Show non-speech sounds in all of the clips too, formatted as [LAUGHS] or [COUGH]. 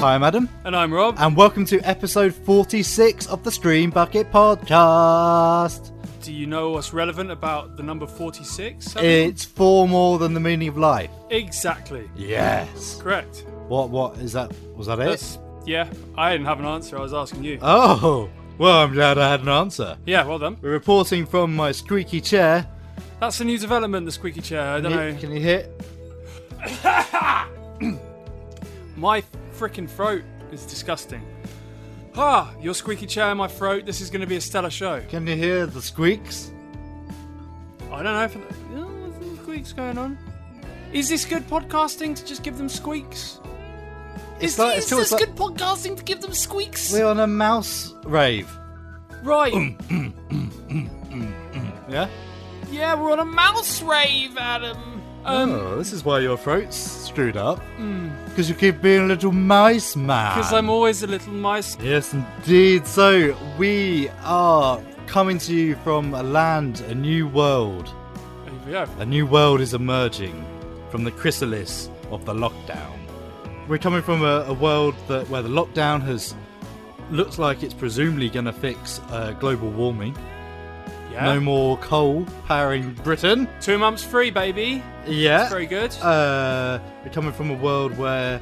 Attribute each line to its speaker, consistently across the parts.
Speaker 1: Hi, I'm Adam,
Speaker 2: And I'm Rob.
Speaker 1: and welcome to episode 46 of the Stream Bucket Podcast.
Speaker 2: Do you know what's relevant about the number 46?
Speaker 1: It's four more than the meaning of life.
Speaker 2: exactly.
Speaker 1: Yes.
Speaker 2: Correct.
Speaker 1: What, what is that? Was that it?
Speaker 2: That's, yeah, I didn't have an answer. I was asking you.
Speaker 1: Oh, well, I'm glad I had an answer.
Speaker 2: yeah, well done.
Speaker 1: We're reporting from my squeaky chair.
Speaker 2: That's a new development, the squeaky chair. I don't
Speaker 1: Can you,
Speaker 2: know.
Speaker 1: can you hear?
Speaker 2: My freaking throat is disgusting. Ah, your squeaky chair in my throat. This is going to be a stellar show.
Speaker 1: Can you hear the squeaks?
Speaker 2: I don't know if. Yeah, what's the squeaks going on? Is this good podcasting to just give them squeaks?
Speaker 1: It's
Speaker 2: Is,
Speaker 1: like-
Speaker 2: is
Speaker 1: it's almost
Speaker 2: this
Speaker 1: like-
Speaker 2: good podcasting to give them squeaks?
Speaker 1: We're on a mouse rave.
Speaker 2: Right.
Speaker 1: um. Yeah.
Speaker 2: Yeah, we're on a mouse rave, Adam. Um, hmm.
Speaker 1: oh, this is why your throat's screwed up. Because you keep being a little mice man.
Speaker 2: because I'm always a little mice.
Speaker 1: Yes, indeed. So we are coming to you from a land, a new world.
Speaker 2: Yeah,
Speaker 1: A new world is emerging from the chrysalis of the lockdown. We're coming from a, a world that where the lockdown has looks like it's presumably going to fix uh, global warming.
Speaker 2: yeah.
Speaker 1: No more coal powering Britain.
Speaker 2: Two months free, baby.
Speaker 1: Yeah.
Speaker 2: Very good.
Speaker 1: Uh, we're coming from a world where.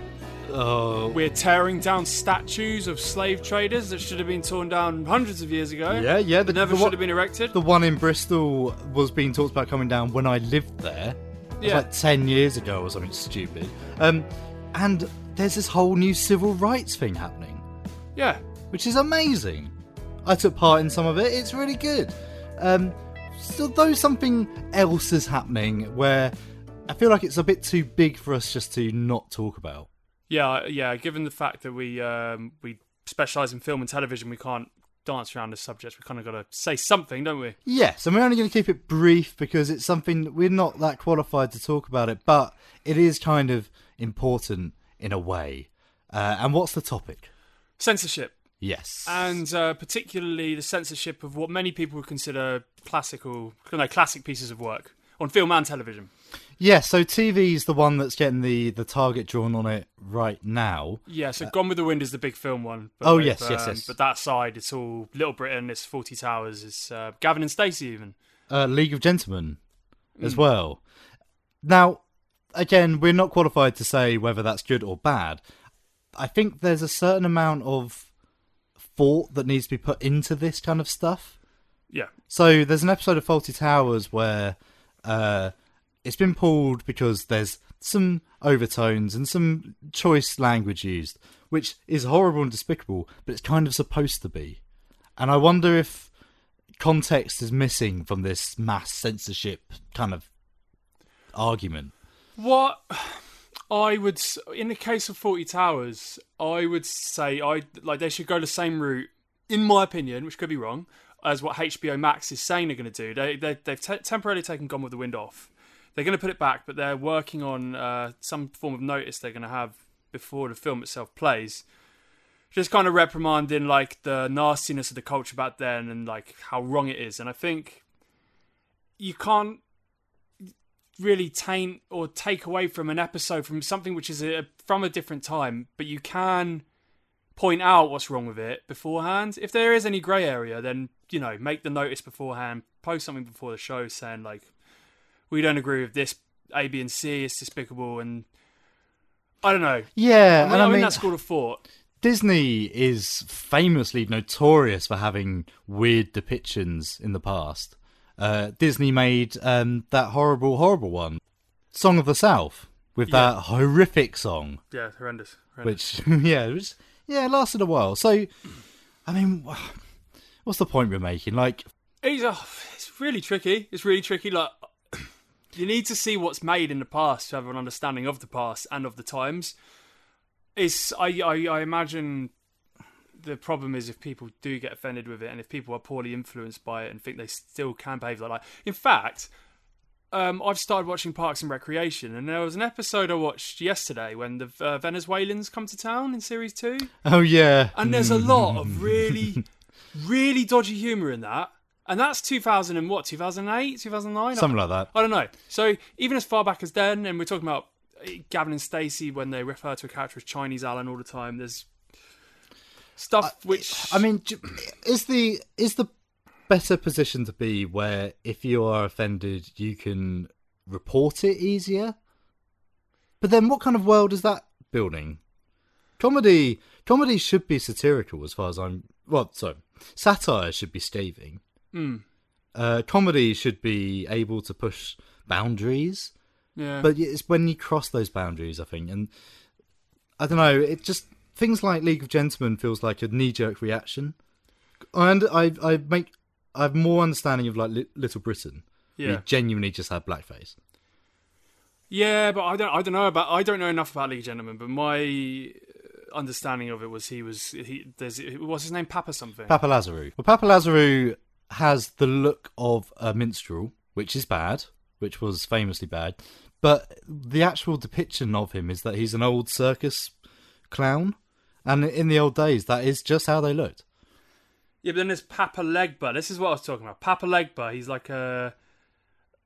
Speaker 1: Oh,
Speaker 2: we're tearing down statues of slave traders that should have been torn down hundreds of years ago.
Speaker 1: yeah, yeah. The,
Speaker 2: Never
Speaker 1: the,
Speaker 2: should
Speaker 1: one,
Speaker 2: have been erected.
Speaker 1: the one in Bristol was being talked about coming down when I lived there. It was
Speaker 2: Yeah.
Speaker 1: like 10 years ago or something stupid. Um, and there's this whole new civil rights thing happening,
Speaker 2: yeah.
Speaker 1: which is amazing. I took part in some of it, it's really good. Um, so, though something else is happening where I feel like it's a bit too big for us just to not talk about.
Speaker 2: Yeah, yeah. Given the fact that we um, we specialize in film and television, we can't dance around this subject. We kind of got to say something, don't we?
Speaker 1: Yes, and we're only going to keep it brief because it's something that we're not that qualified to talk about it, but it is kind of important in a way. Uh, and what's the topic?
Speaker 2: Censorship.
Speaker 1: Yes.
Speaker 2: and uh, particularly the censorship of what many people would consider classical, no, classic pieces of work on film and television.
Speaker 1: yeah, so TV is the one that's getting the, the target drawn on it right now.
Speaker 2: Yeah, so Gone with the Wind is the big film one. But
Speaker 1: Uh, Oh,
Speaker 2: with, um,
Speaker 1: yes, yes, yes.
Speaker 2: But that side, it's all Little Britain, it's Forty Towers, it's uh, Gavin and Stacey even.
Speaker 1: Uh, League of Gentlemen as well. Now, again, we're not qualified to say whether that's good or bad. I think there's a certain amount of thought that needs to be put into this kind of stuff.
Speaker 2: Yeah,
Speaker 1: So there's an episode of Faulty Towers where uh, it's been pulled because there's some overtones and some choice language used, which is horrible and despicable, but it's kind of supposed to be. And I wonder if context is missing from this mass censorship kind of argument.
Speaker 2: What I would, s- in the case of Forty Towers, I would say I like they should go the same route, in my opinion, which could be wrong, as what HBO Max is saying they're going to do. They, they they've te- temporarily taken Gone with the Wind off. They're going to put it back, but they're working on uh, some form of notice they're going to have before the film itself plays. Just kind of reprimanding like the nastiness of the culture back then and like how wrong it is. And I think you can't really taint or take away from an episode from something which is a, from a different time, but you can point out what's wrong with it beforehand. If there is any grey area, then you know make the notice beforehand, post something before the show saying like, we don't agree with this A, B, and C. It's despicable, and I don't know.
Speaker 1: Yeah,
Speaker 2: I mean,
Speaker 1: and
Speaker 2: I'm
Speaker 1: I
Speaker 2: in
Speaker 1: mean,
Speaker 2: that school of thought.
Speaker 1: Disney is famously notorious for having weird depictions in the past. Uh, Disney made um, that horrible, horrible one, "Song of the South," with
Speaker 2: Yeah.
Speaker 1: that horrific song,
Speaker 2: Yeah, horrendous. horrendous.
Speaker 1: which [LAUGHS] yeah, it was, yeah, it lasted a while. So, I mean, what's the point we're making? Like,
Speaker 2: It's, oh, it's really tricky. It's really tricky. Like [CLEARS THROAT] you need to see what's made in the past to have an understanding of the past and of the times. It's I I, I imagine the problem is if people do get offended with it and if people are poorly influenced by it and think they still can behave like that. In fact, um, I've started watching Parks and Recreation, and there was an episode I watched yesterday when the uh, Venezuelans come to town in series two.
Speaker 1: oh yeah,
Speaker 2: And there's a lot
Speaker 1: Hmm. [LAUGHS]
Speaker 2: of really, really dodgy humour in that. And that's 2000 and what, 2008, 2009?
Speaker 1: something like that.
Speaker 2: I don't know. So even as far back as then, and we're talking about eh, Gavin and Stacey when they refer to a character as Chinese Alan all the time. There's stuff which
Speaker 1: I mean, j- is the is the better position to be where if you are offended, you can report it easier? But then, what kind of world is that building? Comedy, comedy should be satirical, as far as I'm. Well, so satire should be scathing. Uh, comedy should be able to push boundaries,
Speaker 2: yeah.
Speaker 1: but it's when you cross those boundaries, I think, and I don't know. It just things like League of Gentlemen feels like a knee-jerk reaction, and I I make I have more understanding of like Li- Little Britain. who
Speaker 2: yeah.
Speaker 1: genuinely just had blackface.
Speaker 2: Yeah, but I don't. I don't know about. I don't know enough about League of Gentlemen. But my uh, understanding of it was he was he. There's what's his name? Papa something.
Speaker 1: Papa Lazaru. Well, Papa Lazaru has the look of a minstrel, which is bad, which was famously bad. But the actual depiction of him is that he's an old circus clown, and in the old days, that is just how they looked.
Speaker 2: yeah, but then there's Papa Legba. This is what I was talking about. Papa Legba. He's like a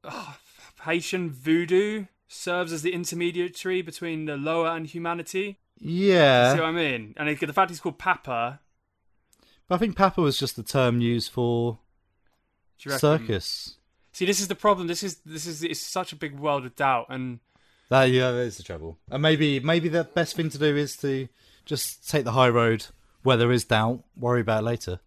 Speaker 2: ah, Haitian voodoo. Serves as the intermediary between the lower and humanity. See
Speaker 1: Yeah,
Speaker 2: what I mean? And it- the fact he's called Papa.
Speaker 1: but I think Papa was just the term used for
Speaker 2: Do you reckon?
Speaker 1: circus.
Speaker 2: See, this is the problem. This is this is it's such a big world of doubt, and
Speaker 1: That yeah, that is the trouble. And maybe maybe the best thing to do is to just take the high road where there is doubt. Worry about it later.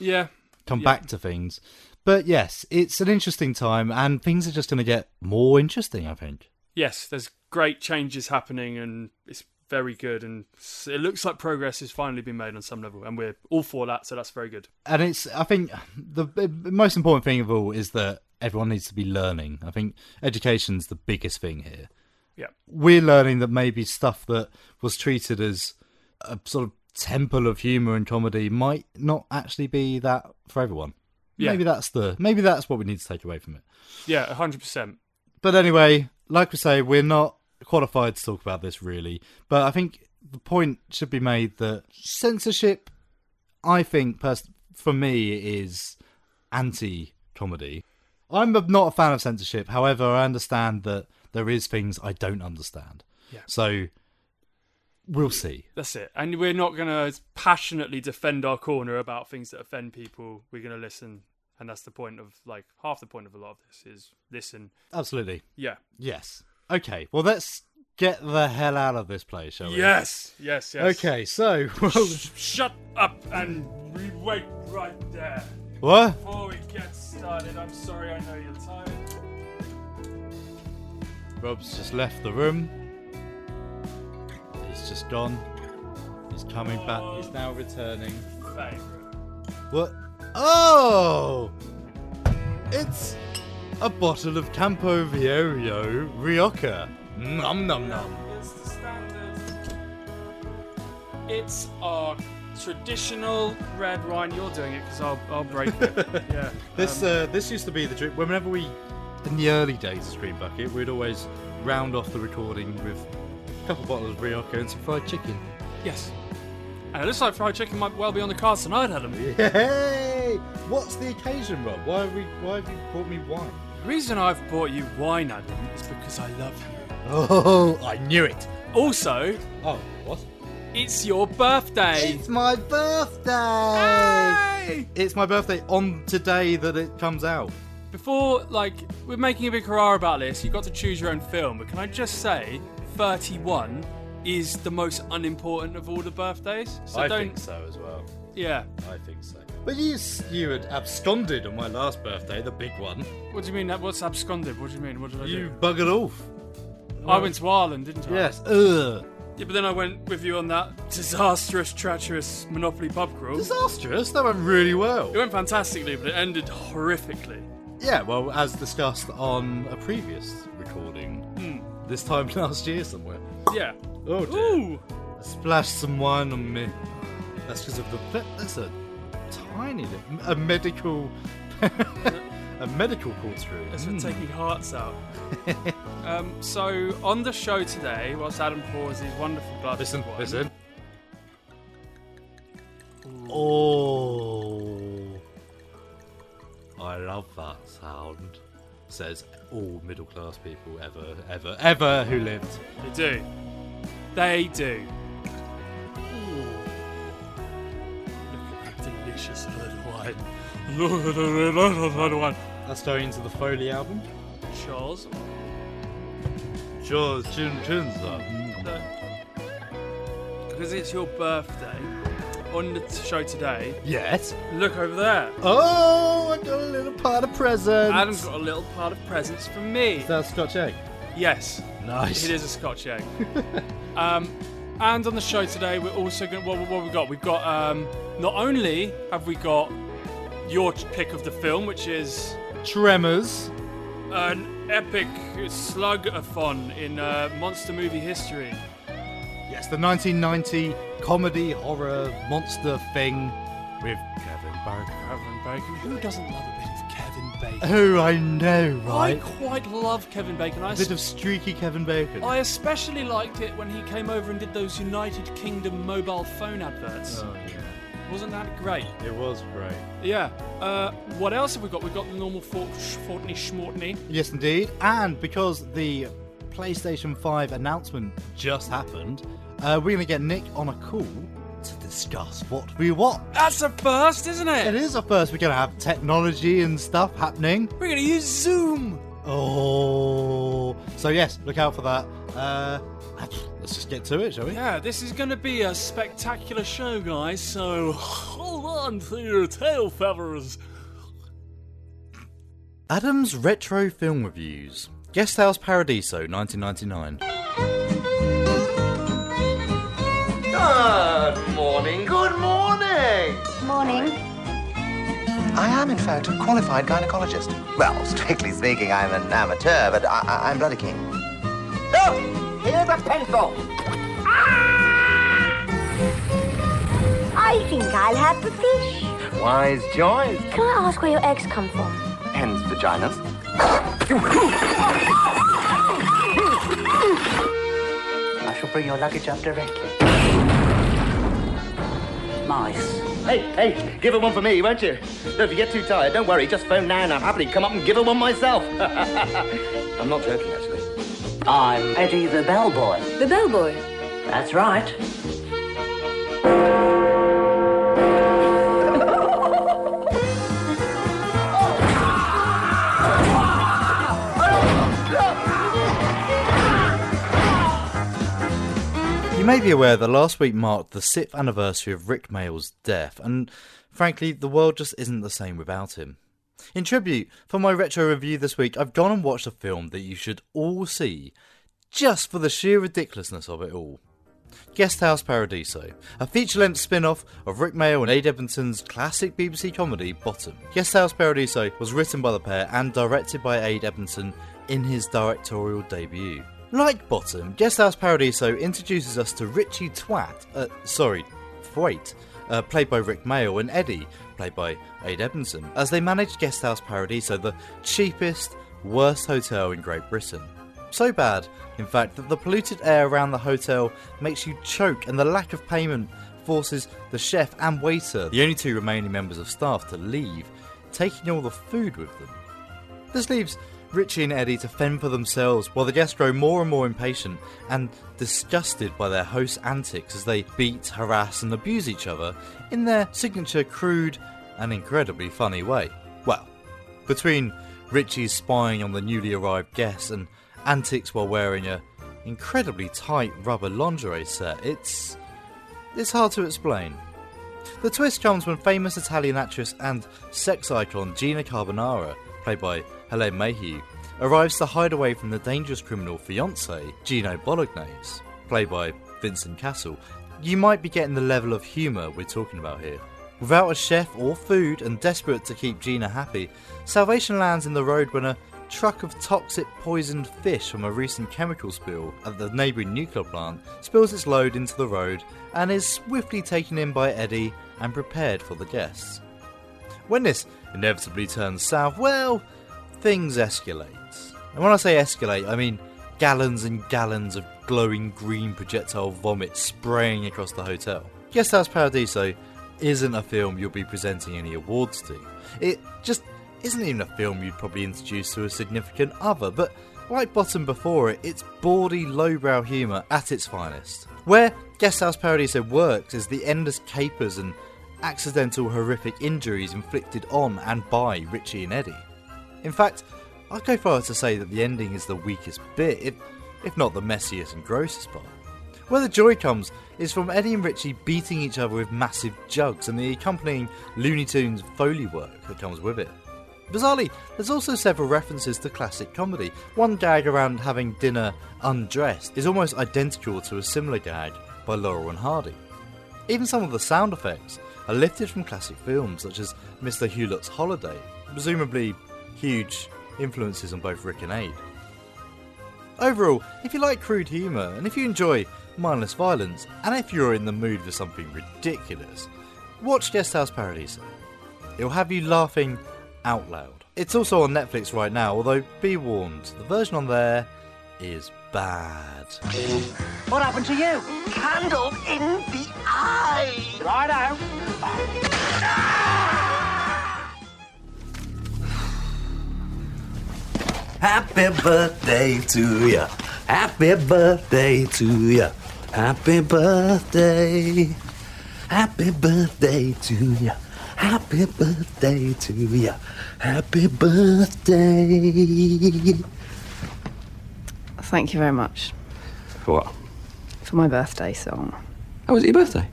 Speaker 2: yeah,
Speaker 1: come
Speaker 2: Yeah.
Speaker 1: back to things. But yes, it's an interesting time, and things are just going to get more interesting. I think.
Speaker 2: yes, there's great changes happening, and it's very good, and s- it looks like progress has finally been made on some level, and we're all for that, so that's very good.
Speaker 1: and it's i think the b- most important thing of all is that everyone needs to be learning i think education's the biggest thing here
Speaker 2: Yeah.
Speaker 1: we're learning that maybe stuff that was treated as a sort of temple of humor and comedy might not actually be that for everyone
Speaker 2: Yeah.
Speaker 1: maybe that's the maybe that's what we need to take away from it
Speaker 2: Yeah, hundred percent.
Speaker 1: but anyway, like we say, we're not qualified to talk about this really. But I think the point should be made that censorship, I think, pers- for me, is anti comedy. I'm a- not a fan of censorship. However, I understand that there is things I don't understand.
Speaker 2: Yeah.
Speaker 1: So we'll see.
Speaker 2: That's it, and we're not gonna passionately defend our corner about things that offend people. We're gonna listen, and that's the point of like half the point of a lot of this is listen.
Speaker 1: Absolutely.
Speaker 2: Yeah.
Speaker 1: Yes. Okay. Well, let's get the hell out of this place, shall we?
Speaker 2: Yes. Yes. Yes. Oh,
Speaker 1: Okay. So, [LAUGHS] well,
Speaker 2: Shut up and we wait right there.
Speaker 1: what?
Speaker 2: Before we get started, I'm sorry I know you're tired.
Speaker 1: Rob's just left the room. He's just gone. He's coming back. He's now returning.
Speaker 2: Favourite.
Speaker 1: What? Oh! It's a bottle of Campo Viejo Rioja. Nom nom nom.
Speaker 2: It's the standard. It's our traditional red wine. You're doing it because I'll, I'll break it. yeah.
Speaker 1: This uh, this used to be the drink. Whenever we, in the early days of Screen Bucket, we'd always round off the recording with a couple bottles of Rioja and some fried chicken.
Speaker 2: Yes. And it looks like fried chicken might well be on the cards tonight, Adam.
Speaker 1: Yay! What's the occasion, Rob? Why have we? Why have you brought me wine?
Speaker 2: The reason I've bought you wine, Adam, is because I love you.
Speaker 1: Oh, I knew it.
Speaker 2: Also,
Speaker 1: Oh, what?
Speaker 2: it's your birthday.
Speaker 1: It's my birthday! It's my birthday on today that it comes out.
Speaker 2: Before, like, we're making a big hurrah about this, you got to choose your own film, but can I just say, 31 is the most unimportant of all the birthdays? So don't.
Speaker 1: so as well.
Speaker 2: Yeah.
Speaker 1: I think so. But you s- you had absconded on my last birthday, the big one.
Speaker 2: What do you mean? that- What's absconded? What do you mean? What did I
Speaker 1: You buggered off.
Speaker 2: do? I went to Ireland, didn't I?
Speaker 1: Yes. Ugh.
Speaker 2: Yeah, but then I went with you on that disastrous, treacherous Monopoly pub crawl.
Speaker 1: Disastrous. That went really well.
Speaker 2: It went fantastically, but it ended horrifically.
Speaker 1: Yeah. Well, as discussed on a previous recording, this time [LAUGHS] last year somewhere.
Speaker 2: Yeah.
Speaker 1: Oh dear.
Speaker 2: Ooh!
Speaker 1: Splash some wine on me. That's because of the. that- That's a tiny. li- A medical. [LAUGHS] a medical corkscrew.
Speaker 2: That's for taking hearts [LAUGHS] out. um, so, on the show today, whilst Adam pours his wonderful glass
Speaker 1: Listen,
Speaker 2: of wine,
Speaker 1: listen. Oh. I love that sound. Says all middle class people ever, ever, ever who lived.
Speaker 2: They do. They do. Ooh. Look at that delicious red wine. Look at the red- red wine.
Speaker 1: That's going into the Foley album.
Speaker 2: Charles.
Speaker 1: Jaws, Chin Chin's up.
Speaker 2: Because it's your birthday, on the t- show today,
Speaker 1: Yes.
Speaker 2: look over there.
Speaker 1: Oh, I got a little part of present.
Speaker 2: Adam's got a little part of presents from me. [LAUGHS]
Speaker 1: Is that a Scotch egg?
Speaker 2: Yes,
Speaker 1: Nice.
Speaker 2: it is a Scotch [LAUGHS] egg. um, and on the show today, we're also going. to What, what we got? We've got. Um, not only have we got your pick of the film, which is
Speaker 1: Tremors.
Speaker 2: an epic slug-a-thon in uh, monster movie history.
Speaker 1: Yes, the 1990 comedy horror monster thing with Kevin Bacon.
Speaker 2: Kevin Bacon. Who doesn't love a bit of Kevin Bacon?
Speaker 1: Oh, I know,
Speaker 2: I
Speaker 1: right?
Speaker 2: quite love Kevin Bacon. I,
Speaker 1: A bit of streaky Kevin Bacon.
Speaker 2: I especially liked it when he came over and did those United Kingdom mobile phone adverts.
Speaker 1: Oh, yeah.
Speaker 2: Wasn't that great?
Speaker 1: It was great.
Speaker 2: Yeah. Uh, what else have we got? We've got the normal Fort Fortney Schmortney.
Speaker 1: Yes, indeed. And because the PlayStation 5 announcement just happened, uh, we're going to get Nick on a call to discuss what we want.
Speaker 2: That's a first, isn't
Speaker 1: It
Speaker 2: it?
Speaker 1: is our first. We're going to have technology and stuff happening.
Speaker 2: We're gonna use Zoom.
Speaker 1: Oh. So, yes, look out for that. Uh, let's just get to it, shall we?
Speaker 2: Yeah, this is gonna be a spectacular show, guys. So hold on to your tail feathers.
Speaker 1: Adam's Retro Film Reviews Guest House Paradiso 1999.
Speaker 3: Good morning, good morning!
Speaker 4: Morning.
Speaker 3: I am, in fact, a qualified gynecologist. Well, strictly speaking, I'm an amateur, but I- I- I'm bloody keen. Look! Here's a pencil!
Speaker 4: I think I'll have the fish.
Speaker 3: Wise Joyce.
Speaker 4: Can I ask where your eggs come from?
Speaker 3: Hens vaginas. I shall bring your luggage up directly. Mice. Hey, hey, give her one for me, won't you? If you get too tired, don't worry, just phone now and I'm happy to come up and give her one myself. [LAUGHS] I'm not joking, actually. I'm Eddie the Bellboy.
Speaker 4: The bellboy.
Speaker 3: That's right.
Speaker 1: You may be aware that last week marked the sixth anniversary of Rick Mayall's death, and frankly, the world just isn't the same without him. In tribute, for my retro review this week, I've gone and watched a film that you should all see, just for the sheer ridiculousness of it all. Guest House Paradiso, a feature-length spin-off of Rick Mayall and Aid Edmonton's classic BBC comedy Bottom. Guest House Paradiso was written by the pair and directed by Aid Edmonton in his directorial debut. Like Bottom, Guest House Paradiso introduces us to Richie Twat, uh, sorry, Thwaite, uh, played by Rick Mayall, and Eddie, played by Aid Edmonton, as they manage Guest House Paradiso, the cheapest, worst hotel in Great Britain. So bad, in fact, that the polluted air around the hotel makes you choke, and the lack of payment forces the chef and waiter, the only two remaining members of staff, to leave, taking all the food with them. This leaves Richie and Eddie to fend for themselves while the guests grow more and more impatient and disgusted by their host's antics as they beat, harass, and abuse each other in their signature crude and incredibly funny way. Well, between Richie's spying on the newly arrived guests and antics while wearing a incredibly tight rubber lingerie set, it's it's hard to explain. The twist comes when famous Italian actress and sex icon Gina Carbonara, played by Helene Mayhew, arrives to hide away from the dangerous criminal fiance Gino Bolognese, played by Vincent Castle. You might be getting the level of humour we're talking about here. Without a chef or food and desperate to keep Gina happy, Salvation lands in the road when a truck of toxic poisoned fish from a recent chemical spill at the neighbouring nuclear plant spills its load into the road and is swiftly taken in by Eddie and prepared for the guests. When this inevitably turns south, well, things escalate. And when I say escalate, I mean gallons and gallons of glowing green projectile vomit spraying across the hotel. Guest House Paradiso isn't a film you'll be presenting any awards to. It just isn't even a film you'd probably introduce to a significant other, but like Bottom before it, it's bawdy lowbrow humour at its finest. Where Guest House Paradiso works is the endless capers and accidental horrific injuries inflicted on and by Richie and Eddie. In fact, I'd go far as to say that the ending is the weakest bit, if, if not the messiest and grossest part. Where the joy comes is from Eddie and Richie beating each other with massive jugs and the accompanying Looney Tunes foley work that comes with it. Bizarrely, there's also several references to classic comedy. One gag around having dinner undressed is almost identical to a similar gag by Laurel and Hardy. Even some of the sound effects are lifted from classic films such as Mr. Hewlett's Holiday, presumably huge influences on both Rick and Aid. Overall, if you like crude humour and if you enjoy mindless violence, and if you're in the mood for something ridiculous, watch Guest House Paradiso. It'll have you laughing out loud. It's also on Netflix right now, although be warned, the version on there is bad.
Speaker 3: What happened to you?
Speaker 4: Candle in the eye.
Speaker 3: Right out.
Speaker 5: Happy birthday to ya. Happy birthday to ya. Happy birthday. Happy birthday to ya. Happy birthday to ya. Happy birthday.
Speaker 6: Thank you very much
Speaker 5: For what?
Speaker 6: for my birthday song.
Speaker 5: Oh, was it your birthday?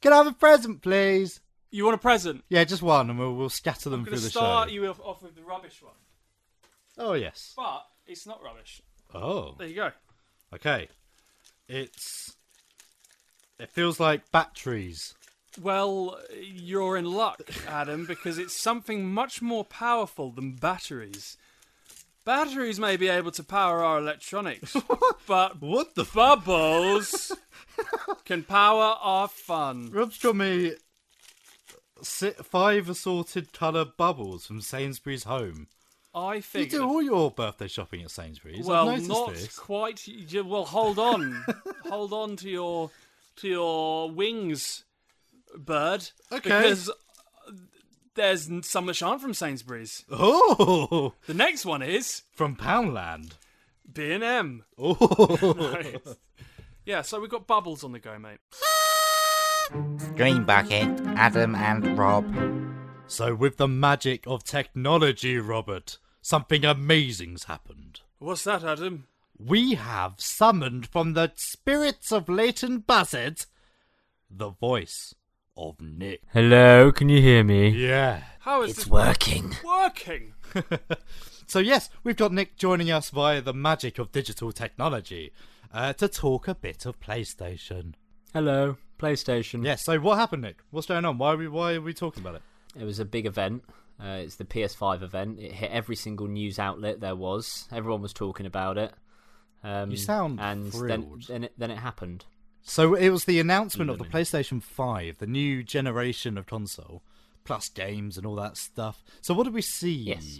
Speaker 1: Can I have a present, please?
Speaker 2: You want a present?
Speaker 1: Yeah, just one, and we'll, we'll scatter them
Speaker 2: I'm going
Speaker 1: through
Speaker 2: to
Speaker 1: the
Speaker 2: start
Speaker 1: show.
Speaker 2: you off, off with the rubbish one,
Speaker 1: Oh, yes.
Speaker 2: but it's not rubbish.
Speaker 1: Oh,
Speaker 2: There you go.
Speaker 1: okay. It's. It feels like batteries.
Speaker 2: Well, you're in luck, Adam, because it's something much more powerful than batteries. Batteries may be able to power our electronics,
Speaker 1: [LAUGHS]
Speaker 2: but
Speaker 1: What the fuck? [LAUGHS]
Speaker 2: bubbles can power our fun.
Speaker 1: Rob's got me si- five assorted colour bubbles from Sainsbury's Home.
Speaker 2: I
Speaker 1: You
Speaker 2: figured.
Speaker 1: do all your birthday shopping at Sainsbury's.
Speaker 2: well,
Speaker 1: I've noticed
Speaker 2: not
Speaker 1: this.
Speaker 2: quite. You ju- Well,
Speaker 1: [LAUGHS]
Speaker 2: hold on, hold on to your to your wings, bird.
Speaker 1: Okay.
Speaker 2: Because there's n- some that aren't from Sainsbury's.
Speaker 1: Oh, [LAUGHS]
Speaker 2: The next one is
Speaker 1: from Poundland.
Speaker 2: B and M. [LAUGHS]
Speaker 1: Oh,
Speaker 2: Yeah, so we've got bubbles on the go, mate.
Speaker 7: Green Bucket, Adam and Rob.
Speaker 1: so with the magic of technology, Robert, something amazing's happened.
Speaker 2: What's that, Adam?
Speaker 1: We have summoned from the spirits of Leighton Buzzard the voice of Nick.
Speaker 8: Hello, can you hear me?
Speaker 1: Yeah.
Speaker 2: How is
Speaker 7: It's
Speaker 2: this
Speaker 7: working.
Speaker 2: working?
Speaker 1: [LAUGHS] So, yes, we've got Nick joining us via the magic of digital technology uh, to talk a bit of PlayStation.
Speaker 8: Hello,
Speaker 9: Mm.
Speaker 8: PlayStation.
Speaker 1: Yes, so what happened, Nick? What's going on? Why are we, why are we talking about it?
Speaker 9: It was a big event. Uh, it's the PS5 event. It hit every single news outlet there was. Everyone was talking about it. Um,
Speaker 1: You sound
Speaker 9: and then,
Speaker 1: thrilled.
Speaker 9: then, it, then it happened.
Speaker 1: So it was the announcement of
Speaker 9: Mm.
Speaker 1: the PlayStation 5, the new generation of console, plus games and all that stuff. So what did we see?
Speaker 9: Yes.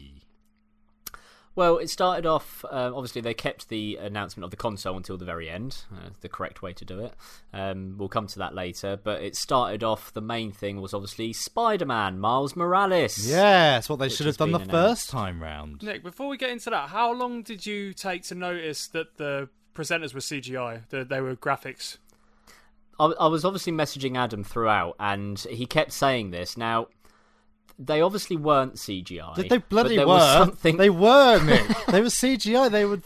Speaker 9: Well, it started off. Uh, obviously, they kept the announcement of the console until the very end. Uh, the correct way to do it. Um, we'll come to that later. But it started off. The main thing was obviously Spider-Man, Miles Morales.
Speaker 1: Yes, what they
Speaker 9: Which
Speaker 1: should
Speaker 9: has
Speaker 1: have done the
Speaker 9: been
Speaker 1: first time round.
Speaker 2: Nick, before we get into that, how long did you take to notice that the presenters were CGI? That they were graphics?
Speaker 9: I, I was obviously messaging Adam throughout, and he kept saying this. Now, they obviously weren't CGI.
Speaker 1: Did they
Speaker 9: but
Speaker 1: bloody
Speaker 9: there
Speaker 1: were?
Speaker 9: Was something...
Speaker 1: They were, Nick. they were CGI. They were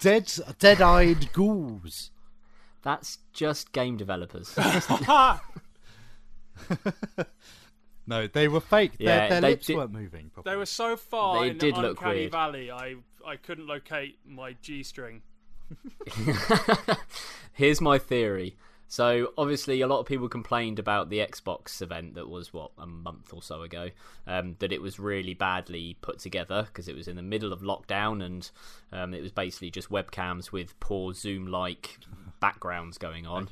Speaker 1: dead, dead-eyed ghouls.
Speaker 9: That's just game developers. [LAUGHS]
Speaker 1: No, they were fake.
Speaker 9: Yeah,
Speaker 1: their their
Speaker 9: they
Speaker 1: lips
Speaker 9: did-
Speaker 1: weren't moving. Properly.
Speaker 2: They were so far
Speaker 9: They
Speaker 2: in
Speaker 9: did
Speaker 2: the
Speaker 9: look
Speaker 2: uncanny
Speaker 9: weird.
Speaker 2: valley. I I couldn't locate my G string.
Speaker 9: Here's my theory. So obviously, a lot of people complained about the Xbox event that was what a month or so ago, um, that it was really badly put together because it was in the middle of lockdown and um, it was basically just webcams with poor Zoom-like backgrounds going on.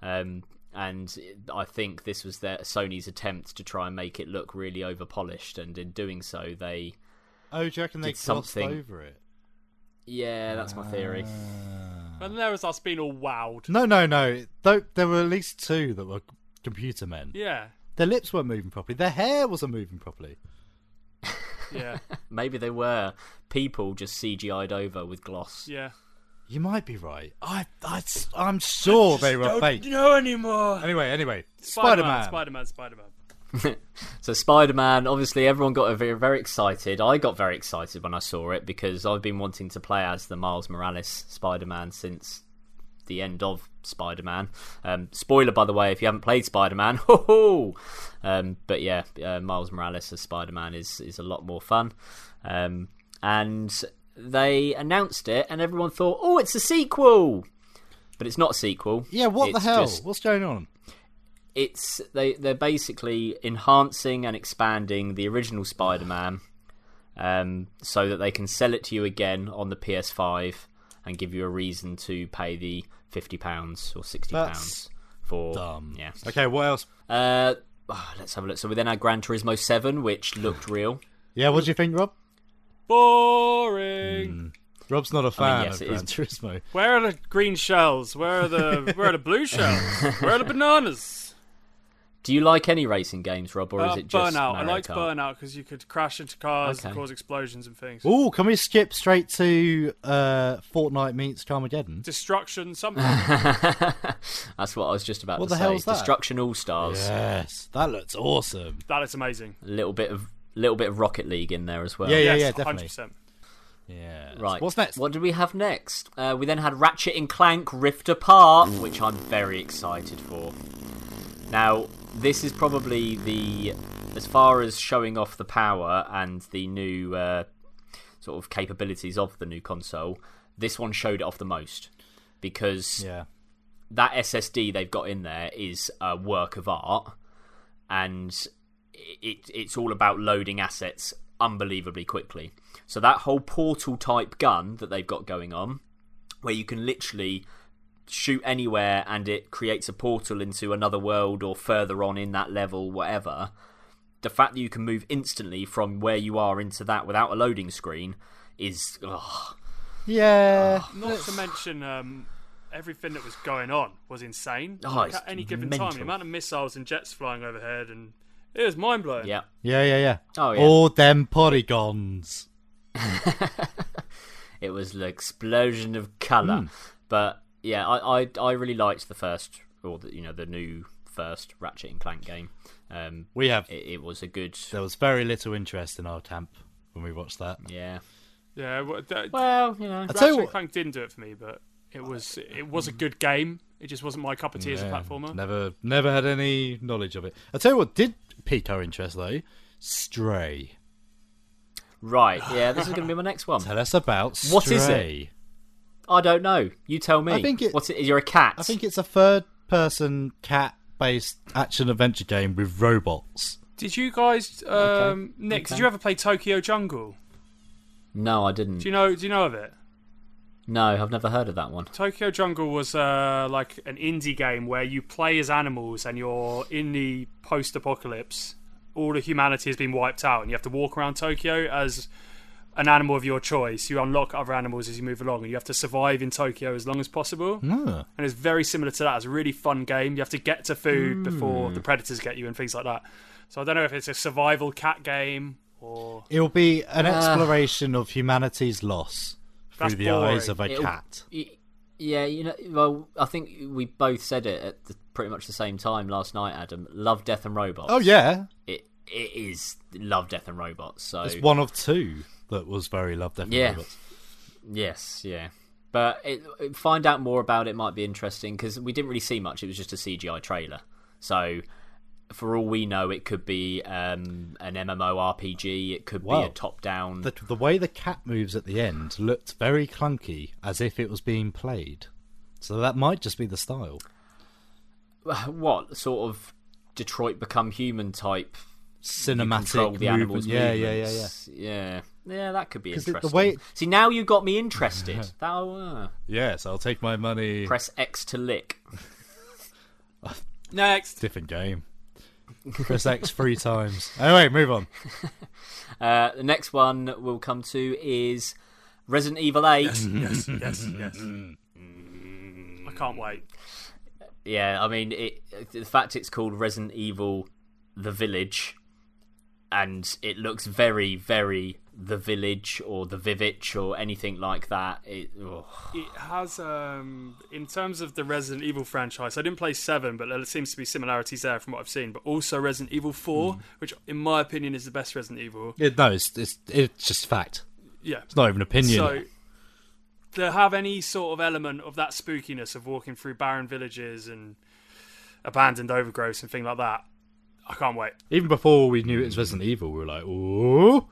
Speaker 9: Um, and I think this was their Sony's attempt to try and make it look really over polished, and in doing so, they
Speaker 1: Oh, do you reckon they
Speaker 9: did
Speaker 1: glossed
Speaker 9: something.
Speaker 1: over it?
Speaker 9: yeah, that's my theory.
Speaker 2: And there was us being all wowed.
Speaker 1: No, no, no. Though there were at least two that were computer men.
Speaker 2: Yeah.
Speaker 1: Their lips weren't moving properly. Their hair wasn't moving properly.
Speaker 2: Yeah,
Speaker 9: Maybe they were people just CGI'd over with gloss.
Speaker 2: yeah.
Speaker 1: You might be right. I, I am sure they were fake.
Speaker 2: know anymore.
Speaker 1: Anyway, anyway, Spider
Speaker 2: Spider-Man,
Speaker 1: Man.
Speaker 2: Spider-Man, Spider-Man.
Speaker 9: So Spider-Man, obviously everyone got very, very excited. I got very excited when I saw it because I've been wanting to play as the Miles Morales Spider-Man since the end of Spider-Man. Um, spoiler, by the way, if you haven't played Spider-Man, [LAUGHS] ho ho! Um, but yeah, uh, Miles Morales as Spider-Man is is a lot more fun. Um, and they announced it, and everyone thought, "Oh, it's a sequel," but it's not a sequel.
Speaker 1: yeah, what the
Speaker 9: It's
Speaker 1: hell?
Speaker 9: just-
Speaker 1: What's going on?
Speaker 9: it's they they're basically enhancing and expanding the original Spider-Man, um, so that they can sell it to you again on the PS5 and give you a reason to pay the fifty pounds or sixty
Speaker 1: That's
Speaker 9: pounds for
Speaker 1: dumb.
Speaker 9: yeah.
Speaker 1: Okay, what else?
Speaker 9: Uh, oh, let's have a look. So we then had Gran Turismo Seven,
Speaker 1: [SIGHS]
Speaker 9: which looked real.
Speaker 1: Yeah, what do you think, Rob?
Speaker 2: Boring.
Speaker 1: Rob's not a fan
Speaker 9: yes,
Speaker 1: of
Speaker 9: it
Speaker 1: Gran
Speaker 9: is.
Speaker 1: Turismo.
Speaker 2: Where are the green shells? Where are the where are the blue shells? Where are the bananas?
Speaker 9: Do you like any racing games, Rob, or is
Speaker 2: Uh,
Speaker 9: it just
Speaker 2: burnout. I
Speaker 9: Mario
Speaker 2: liked
Speaker 9: Kart?
Speaker 2: burnout because you could crash into cars and
Speaker 9: Okay.
Speaker 2: cause explosions and things.
Speaker 1: Ooh, can we skip straight to uh, Fortnite meets Carmageddon?
Speaker 2: Destruction, something.
Speaker 9: [LAUGHS] That's what I was just about
Speaker 1: What
Speaker 9: to
Speaker 1: the
Speaker 9: say.
Speaker 1: hell's that?
Speaker 9: Destruction All Stars.
Speaker 1: Yes, that looks awesome.
Speaker 2: that is amazing.
Speaker 9: A little bit of little bit of Rocket League in there as well.
Speaker 1: Yeah, yeah,
Speaker 2: yes,
Speaker 1: yeah, definitely.
Speaker 2: 100%.
Speaker 1: Yeah.
Speaker 9: Right.
Speaker 1: What's next?
Speaker 9: What did we have next? Uh, we then had Ratchet and Clank Rift Apart, which I'm very excited for. Now, this is probably the, as far as showing off the power and the new uh, sort of capabilities of the new console, this one showed it off the most because
Speaker 1: Yeah.
Speaker 9: that SSD they've got in there is a work of art, and it it's all about loading assets unbelievably quickly. So that whole portal type gun that they've got going on, where you can literally shoot anywhere and it creates a portal into another world or further on in that level, whatever. The fact that you can move instantly from where you are into that without a loading screen is ugh.
Speaker 1: Yeah.
Speaker 2: Not to mention um, everything that was going on was insane.
Speaker 9: Oh,
Speaker 2: Like,
Speaker 9: it's
Speaker 2: at any given time,
Speaker 9: mental.
Speaker 2: the amount of missiles and jets flying overhead, and it was mind blowing.
Speaker 9: yeah.
Speaker 1: Yeah, yeah, yeah.
Speaker 9: Oh, yeah.
Speaker 1: All them polygons.
Speaker 9: It was the explosion of color.
Speaker 1: Hmm.
Speaker 9: But yeah, I, I I really liked the first or the, you know the new first Ratchet and Clank game. Um,
Speaker 1: We have.
Speaker 9: it, it was a good
Speaker 1: There was very little interest in our camp when we watched that.
Speaker 9: yeah.
Speaker 2: yeah. Well, that,
Speaker 9: Well, you know,
Speaker 1: I tell you
Speaker 2: Ratchet and
Speaker 1: what,
Speaker 2: Clank didn't do it for me, but it was it was a good game. It just wasn't my cup of tea as a
Speaker 1: Yeah,
Speaker 2: platformer.
Speaker 1: Never, never had any knowledge of it. I tell you what did pique our interest though. Stray.
Speaker 9: right? Yeah, this is going to be my next one.
Speaker 1: Tell us about Stray.
Speaker 9: What is it? I don't know. You tell me.
Speaker 1: I think it-
Speaker 9: What's it? You're a cat.
Speaker 1: I think it's a third-person cat-based action-adventure game with robots.
Speaker 2: Did you guys, um, Nick? Did
Speaker 9: okay.
Speaker 2: you ever play Tokyo Jungle?
Speaker 9: No, I didn't.
Speaker 2: Do you know? Do you know of it?
Speaker 9: No, I've never heard of that one.
Speaker 2: Tokyo Jungle was uh, like an indie game where you play as animals and you're in the post-apocalypse. All of humanity has been wiped out, and you have to walk around Tokyo as an animal of your choice. You unlock other animals as you move along, and you have to survive in Tokyo as long as possible. And it's very similar to that. It's a really fun game. You have to get to food before the predators get you and things like that. So I don't know if it's a survival cat game or
Speaker 1: It'll be
Speaker 9: Ah.
Speaker 1: an exploration of humanity's loss through
Speaker 2: That's
Speaker 1: the
Speaker 2: boring.
Speaker 1: eyes of a
Speaker 9: It'll-
Speaker 1: cat.
Speaker 9: Y- Yeah, you know. Well, I think we both said it at the, pretty much the same time last night. Adam, Love, Death and Robots.
Speaker 1: Oh yeah,
Speaker 9: it it is Love, Death and Robots. So
Speaker 1: it's one of two that was very loved. Definitely.
Speaker 9: Yeah.
Speaker 1: robots.
Speaker 9: Yes, yeah. But it, it- find out more about it might be interesting because we didn't really see much. It was just a CGI trailer. So, for all we know, it could be um, an MMORPG. It could be
Speaker 1: Wow.
Speaker 9: a top-down.
Speaker 1: The, the way the cat moves at the end looked very clunky, as if it was being played. So that might just be the style.
Speaker 9: uh, What sort of Detroit Become Human type? Control
Speaker 1: Cinematic
Speaker 9: the
Speaker 1: movement.
Speaker 9: animals.
Speaker 1: Yeah, yeah, yeah, yeah.
Speaker 9: movements. yeah, yeah. that could be
Speaker 1: 'Cause it- the
Speaker 9: interesting.
Speaker 1: way it-
Speaker 9: See, now you got
Speaker 1: [LAUGHS]
Speaker 9: me interested. that, uh,
Speaker 1: Yes, I'll take my money.
Speaker 9: press X
Speaker 1: [LAUGHS]
Speaker 9: to lick.
Speaker 2: next.
Speaker 1: Different game. Press X three times. Anyway, move on.
Speaker 9: Uh, the next one we'll come to is Resident Evil Eight.
Speaker 1: Mm-hmm.
Speaker 2: yes, yes, yes. I can't wait.
Speaker 9: Yeah, I mean, it, the fact it's called Resident Evil: The Village and it looks very, very the village or the vivitch or anything like that. It, oh.
Speaker 2: It has, um, in terms of the Resident Evil franchise, I didn't play 7, but there seems to be similarities there from what I've seen, but also Resident Evil 4, which, in my opinion, is the best Resident Evil.
Speaker 1: It, no, it's, it's it's just fact.
Speaker 2: Yeah.
Speaker 1: It's not even opinion.
Speaker 2: So, to have any sort of element of that spookiness of walking through barren villages and abandoned overgrowths and thing like that, I can't wait.
Speaker 1: even before we knew it was Resident Evil, we were like, "Ooh,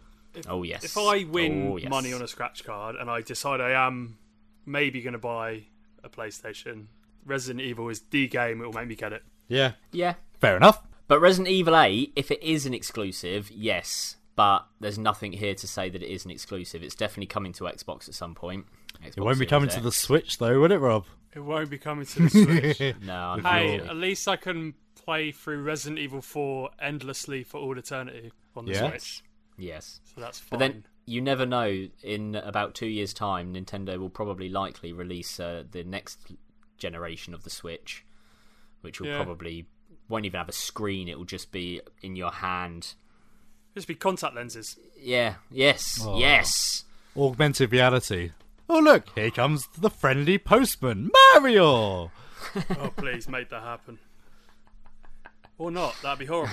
Speaker 9: oh yes.
Speaker 2: If I win
Speaker 9: Oh, yes.
Speaker 2: money on a scratch card and I decide I am maybe going to buy a PlayStation, Resident Evil is the game it will make me get it.
Speaker 1: yeah,
Speaker 9: yeah,
Speaker 1: fair enough."
Speaker 9: But Resident Evil 8, if it is an exclusive, yes. But there's nothing here to say that it is an exclusive. It's definitely coming to Xbox at some point. Xbox
Speaker 1: It won't be
Speaker 9: Series
Speaker 1: coming to the
Speaker 9: X.
Speaker 1: Switch though, will it, Rob?
Speaker 2: It won't be coming
Speaker 9: [LAUGHS]
Speaker 2: to the Switch.
Speaker 1: [LAUGHS]
Speaker 9: No,
Speaker 2: hey,
Speaker 9: unfortunately.
Speaker 2: at least I can play through Resident Evil 4 endlessly for all eternity on the
Speaker 1: Yeah.
Speaker 2: Switch.
Speaker 9: yes.
Speaker 2: So that's fine.
Speaker 9: But then you never know. In about two years' time, Nintendo will probably likely release uh, the next generation of the Switch, which will
Speaker 2: Yeah.
Speaker 9: probably won't even have a screen. It will just be in your hand.
Speaker 2: Just be contact lenses.
Speaker 9: Yeah. Yes. Yes.
Speaker 1: Augmented reality. Oh look, here comes the friendly postman, Mario.
Speaker 2: Oh, please make that happen. Or not. That'd be
Speaker 9: [LAUGHS]
Speaker 2: horrible.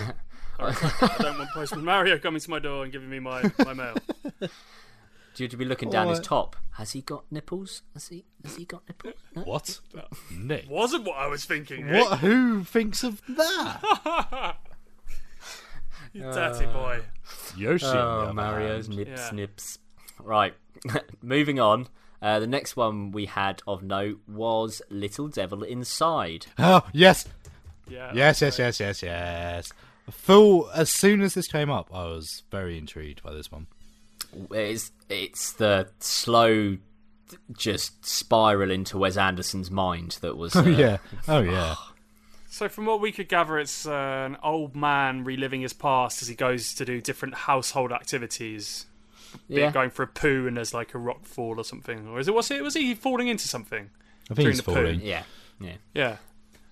Speaker 2: I retract that. I don't want Postman [LAUGHS] Mario coming to my door and giving me my, my mail.
Speaker 9: Do you have to be looking down his
Speaker 1: Alright.
Speaker 9: top? Has he got nipples? Has he? Has he got nipples? No?
Speaker 1: What, Nick?
Speaker 2: Wasn't what I was thinking. Nick.
Speaker 1: What? Who thinks of that?
Speaker 2: You dirty boy.
Speaker 1: Yoshi. on the other
Speaker 8: Oh, Mario's
Speaker 1: hand.
Speaker 8: nips,
Speaker 2: Yeah.
Speaker 8: nips.
Speaker 9: Right, [LAUGHS] moving on. Uh, the next one we had of note was Little Devil Inside.
Speaker 1: Oh yes,
Speaker 2: Yeah.
Speaker 1: yes, yes, yes, yes, yes. Full. As soon as this came up, I was very intrigued by this one.
Speaker 9: It's, it's the slow, just spiral into Wes Anderson's mind that was. Uh,
Speaker 1: [LAUGHS] yeah. Oh yeah.
Speaker 2: So, from what we could gather, it's uh, an old man reliving his past as he goes to do different household activities. Be it
Speaker 9: yeah.
Speaker 2: Going for a poo and there's like a rock fall or something. Or is it, was it, was he falling into something?
Speaker 1: I think
Speaker 2: During
Speaker 1: he's
Speaker 2: the poo.
Speaker 1: falling.
Speaker 9: yeah, yeah.
Speaker 2: Yeah.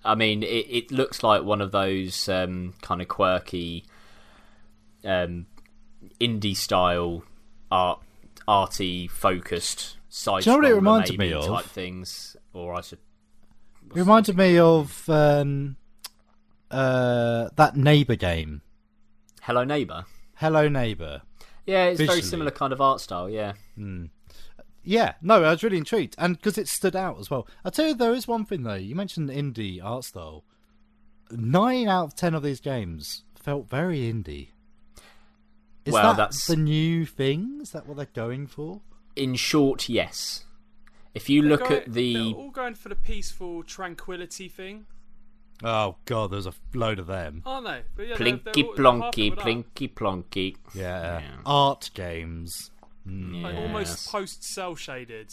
Speaker 9: I mean, it, it looks like one of those um, kind of quirky, um, indie style art, arty focused side.
Speaker 1: Do you know what it
Speaker 9: scroller
Speaker 1: reminded
Speaker 9: maybe
Speaker 1: me of?
Speaker 9: Type things, or I should.
Speaker 1: It reminded me of um, uh, that neighbor game,
Speaker 9: Hello Neighbor.
Speaker 1: Hello Neighbor.
Speaker 9: Yeah, it's
Speaker 1: Visually.
Speaker 9: very similar kind of art style. Yeah,
Speaker 1: Yeah, no, I was really intrigued, and because it stood out as well. I tell you, there is one thing though. You mentioned indie art style. Nine out of ten of these games felt very indie. Is
Speaker 9: Well,
Speaker 1: that
Speaker 9: that's-
Speaker 1: the new thing? Is that what they're going for?
Speaker 9: in short, yes. If you look at
Speaker 2: They're
Speaker 9: the
Speaker 2: all going for the peaceful tranquility thing,
Speaker 1: Oh god, there's a load of them.
Speaker 2: aren't they? But yeah, they're- they're
Speaker 9: plinky
Speaker 2: all-
Speaker 9: plonky,
Speaker 2: half of them
Speaker 9: plinky plonky,
Speaker 1: Yeah, art games.
Speaker 2: are, Like,
Speaker 9: yes.
Speaker 2: Almost post cell shaded,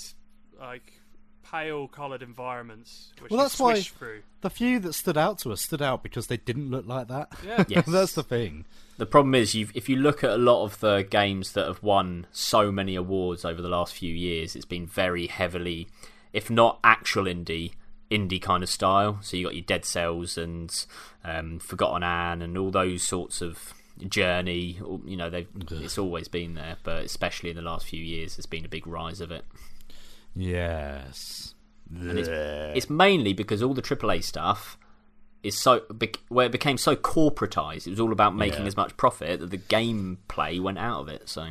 Speaker 2: like pale coloured environments, which
Speaker 1: Well,
Speaker 2: you
Speaker 1: that's why-
Speaker 2: swish through.
Speaker 1: The few that stood out to us stood out because they didn't look like that.
Speaker 2: Yeah.
Speaker 9: Yes.
Speaker 1: [LAUGHS] that's the thing.
Speaker 9: The problem is, you've, if you look at a lot of the games that have won so many awards over the last few years, it's been very heavily, if not actual indie, indie kind of style. So you got your Dead Cells and um, Forgotten Anne and all those sorts of Journey. all- You know, they've, it's always been there, but especially in the last few years, there's been a big rise of it.
Speaker 1: Yes.
Speaker 9: It's mainly because all the AAA stuff is so bec- where it became so corporatized. It was all about making as much profit that the gameplay went out of it. So.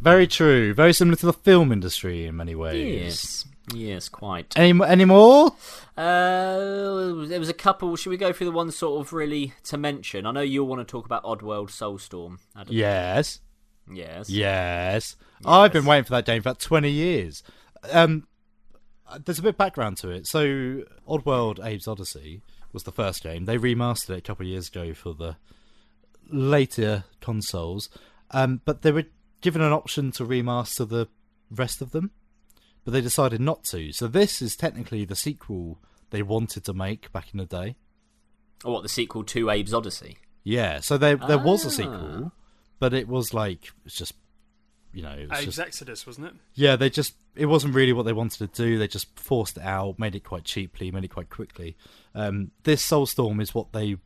Speaker 1: Very true. Very similar to the film industry in many ways.
Speaker 9: Yes, yes, quite.
Speaker 1: Any any more?
Speaker 9: Uh, there was a couple. Should we go through the ones sort of really to mention? I know you want to talk about Oddworld Soulstorm. Adam.
Speaker 1: Yes.
Speaker 9: Yes.
Speaker 1: Yes. I've been waiting for that game for about 20 years. Um, uh, there's a bit of background to it. So, Oddworld Abe's Odyssey was the first game. They remastered it a couple of years ago for the later consoles. Um, but they were given an option to remaster the rest of them, but they decided not to. So, this is technically the sequel they wanted to make back in the day.
Speaker 9: Or what the sequel to Abe's Odyssey?
Speaker 1: Yeah, so there there was a
Speaker 9: Ah.
Speaker 1: sequel, but it was like it's just you know, it was
Speaker 2: Abe's
Speaker 1: just
Speaker 2: Uh, Exodus, wasn't it?
Speaker 1: yeah, they just it wasn't really what they wanted to do. They just forced it out, made it quite cheaply, made it quite quickly. Um, this Soulstorm is what they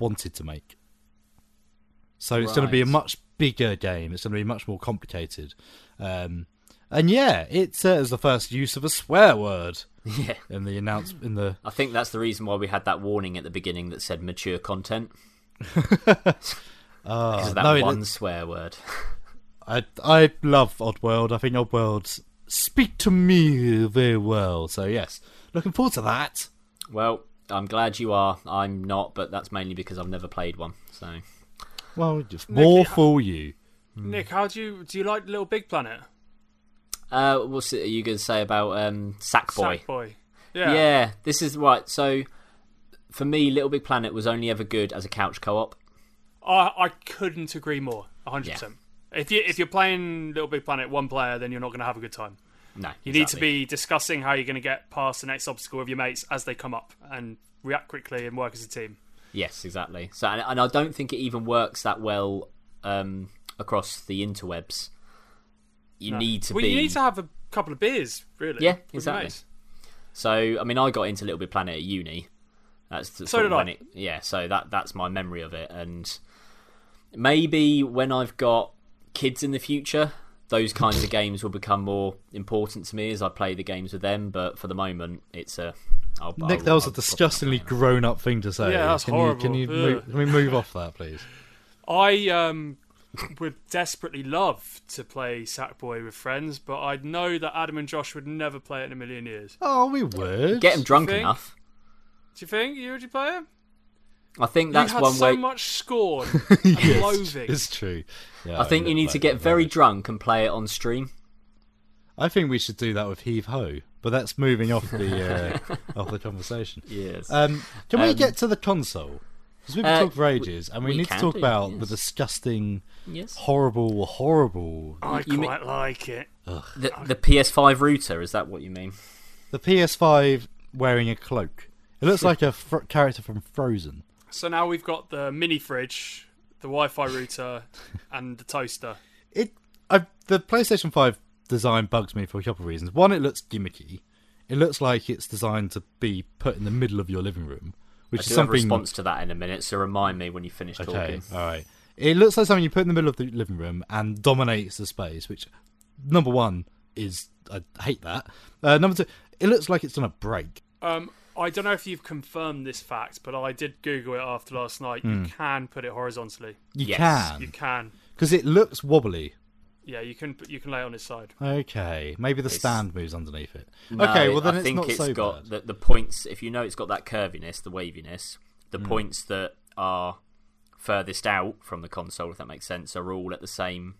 Speaker 1: wanted to make. So it's going to be a
Speaker 9: Right.
Speaker 1: much bigger game. It's going to be much more complicated. Um, and yeah, it uh, is the first use of a swear word
Speaker 9: [LAUGHS] Yeah.
Speaker 1: in the announce in the
Speaker 9: I think that's the reason why we had that warning at the beginning that said
Speaker 1: [LAUGHS]
Speaker 9: mature content. [LAUGHS] Because of that
Speaker 1: Uh, no, it-
Speaker 9: one swear word.
Speaker 1: I I love Oddworld. I think Oddworld speak to me very well. So yes, looking forward to that.
Speaker 9: Well, I'm glad you are. I'm not, but that's mainly because I've never played one. So
Speaker 1: Well, uh, just more for you.
Speaker 9: Hmm.
Speaker 2: Nick, how do you do? You like Little Big Planet?
Speaker 9: Uh, what's it, are you going to say about um, Sackboy?
Speaker 2: Sackboy.
Speaker 9: Yeah.
Speaker 2: Yeah.
Speaker 9: this is right. So, for me, Little Big Planet was only ever good as a couch co-op.
Speaker 2: I I couldn't agree more. hundred percent. If you if you're playing Little Big Planet one player, then you're not going to have a good time.
Speaker 9: No,
Speaker 2: You need to be discussing how you're going to get past the next obstacle with your mates as they come up and react quickly and work as a team.
Speaker 9: Yes, exactly. So, and, and I don't think it even works that well um, across the interwebs. You need to
Speaker 2: well,
Speaker 9: be.
Speaker 2: you need to have a couple of beers, really.
Speaker 9: Yeah,
Speaker 2: with your
Speaker 9: exactly.
Speaker 2: mates.
Speaker 9: So, I mean, I got into Little Big Planet at uni. That's the,
Speaker 2: So
Speaker 9: sort
Speaker 2: did
Speaker 9: of when
Speaker 2: I.
Speaker 9: It, yeah, so that that's my memory of it, and maybe when I've got kids in the future, those kinds of games will become more important to me as I play the games with them. But for the moment, it's a. I'll,
Speaker 1: Nick,
Speaker 9: I'll-
Speaker 1: that was a
Speaker 9: I'll-
Speaker 1: disgustingly grown-up thing to say.
Speaker 2: Yeah, that's
Speaker 1: can You, can
Speaker 2: horrible.
Speaker 1: you move,
Speaker 2: Ugh.
Speaker 1: can we move off that, please?
Speaker 2: I um, [LAUGHS] would desperately love to play Sackboy with friends, but I know that Adam and Josh would never play it in a million years.
Speaker 1: [LAUGHS] Oh, we would. [LAUGHS]
Speaker 9: get them drunk
Speaker 2: Think-
Speaker 9: enough.
Speaker 2: Do you think you would you play it?
Speaker 9: I think that's
Speaker 2: you had
Speaker 9: one
Speaker 2: so
Speaker 9: way.
Speaker 2: much
Speaker 9: [LAUGHS]
Speaker 2: scorn and loathing.
Speaker 1: It's true. Yeah,
Speaker 9: I think you
Speaker 1: would
Speaker 9: need
Speaker 1: like
Speaker 9: to get
Speaker 1: that
Speaker 9: very
Speaker 1: much.
Speaker 9: drunk and play it on stream.
Speaker 1: I think we should do that with heave ho, but that's moving off the
Speaker 9: [LAUGHS]
Speaker 1: uh, off the conversation.
Speaker 9: Yes.
Speaker 1: Um, can we
Speaker 9: Um,
Speaker 1: get to the console? Because we've been
Speaker 9: uh,
Speaker 1: talking for ages, and we,
Speaker 9: we
Speaker 1: need to
Speaker 9: can
Speaker 1: talk
Speaker 9: do,
Speaker 1: about the
Speaker 9: yes.
Speaker 1: disgusting,
Speaker 9: yes.
Speaker 1: Oh, horrible, horrible
Speaker 2: I
Speaker 9: You mean-
Speaker 2: quite like it.
Speaker 9: The, the PS5 router is that what you mean?
Speaker 1: the PS5 wearing a cloak. It looks like a fr- character from Frozen.
Speaker 2: So now we've got the mini fridge, the
Speaker 1: [LAUGHS]
Speaker 2: Wi-Fi router, and the toaster.
Speaker 1: It I, the PlayStation 5 design bugs me for a couple of reasons. One, it looks gimmicky. It looks like it's designed to be put in the middle of your living room, which
Speaker 9: I
Speaker 1: is
Speaker 9: do have a
Speaker 1: something
Speaker 9: response to that in a minute, so remind me when you finish
Speaker 1: Okay,
Speaker 9: talking.
Speaker 1: all right. It looks like something you put in the middle of the living room and dominates the space. Which, number one, is I hate that. Uh, number two, it looks like it's on a break.
Speaker 2: Um, I don't know if you've confirmed this fact, but I did Google it after last night.
Speaker 1: Hmm.
Speaker 2: You can put it horizontally.
Speaker 1: You
Speaker 9: Yes,
Speaker 2: You
Speaker 1: can
Speaker 2: can.
Speaker 1: because it looks wobbly.
Speaker 2: Yeah, you can. You can lay it on its side.
Speaker 1: Okay, maybe the stand moves underneath it.
Speaker 9: No,
Speaker 1: okay, well then
Speaker 9: I
Speaker 1: it's
Speaker 9: think
Speaker 1: not
Speaker 9: it's
Speaker 1: so
Speaker 9: got
Speaker 1: bad.
Speaker 9: The, the points. If you know it's got that curviness, the waviness, the
Speaker 1: Hmm.
Speaker 9: points that are furthest out from the console, if that makes sense, are all at the same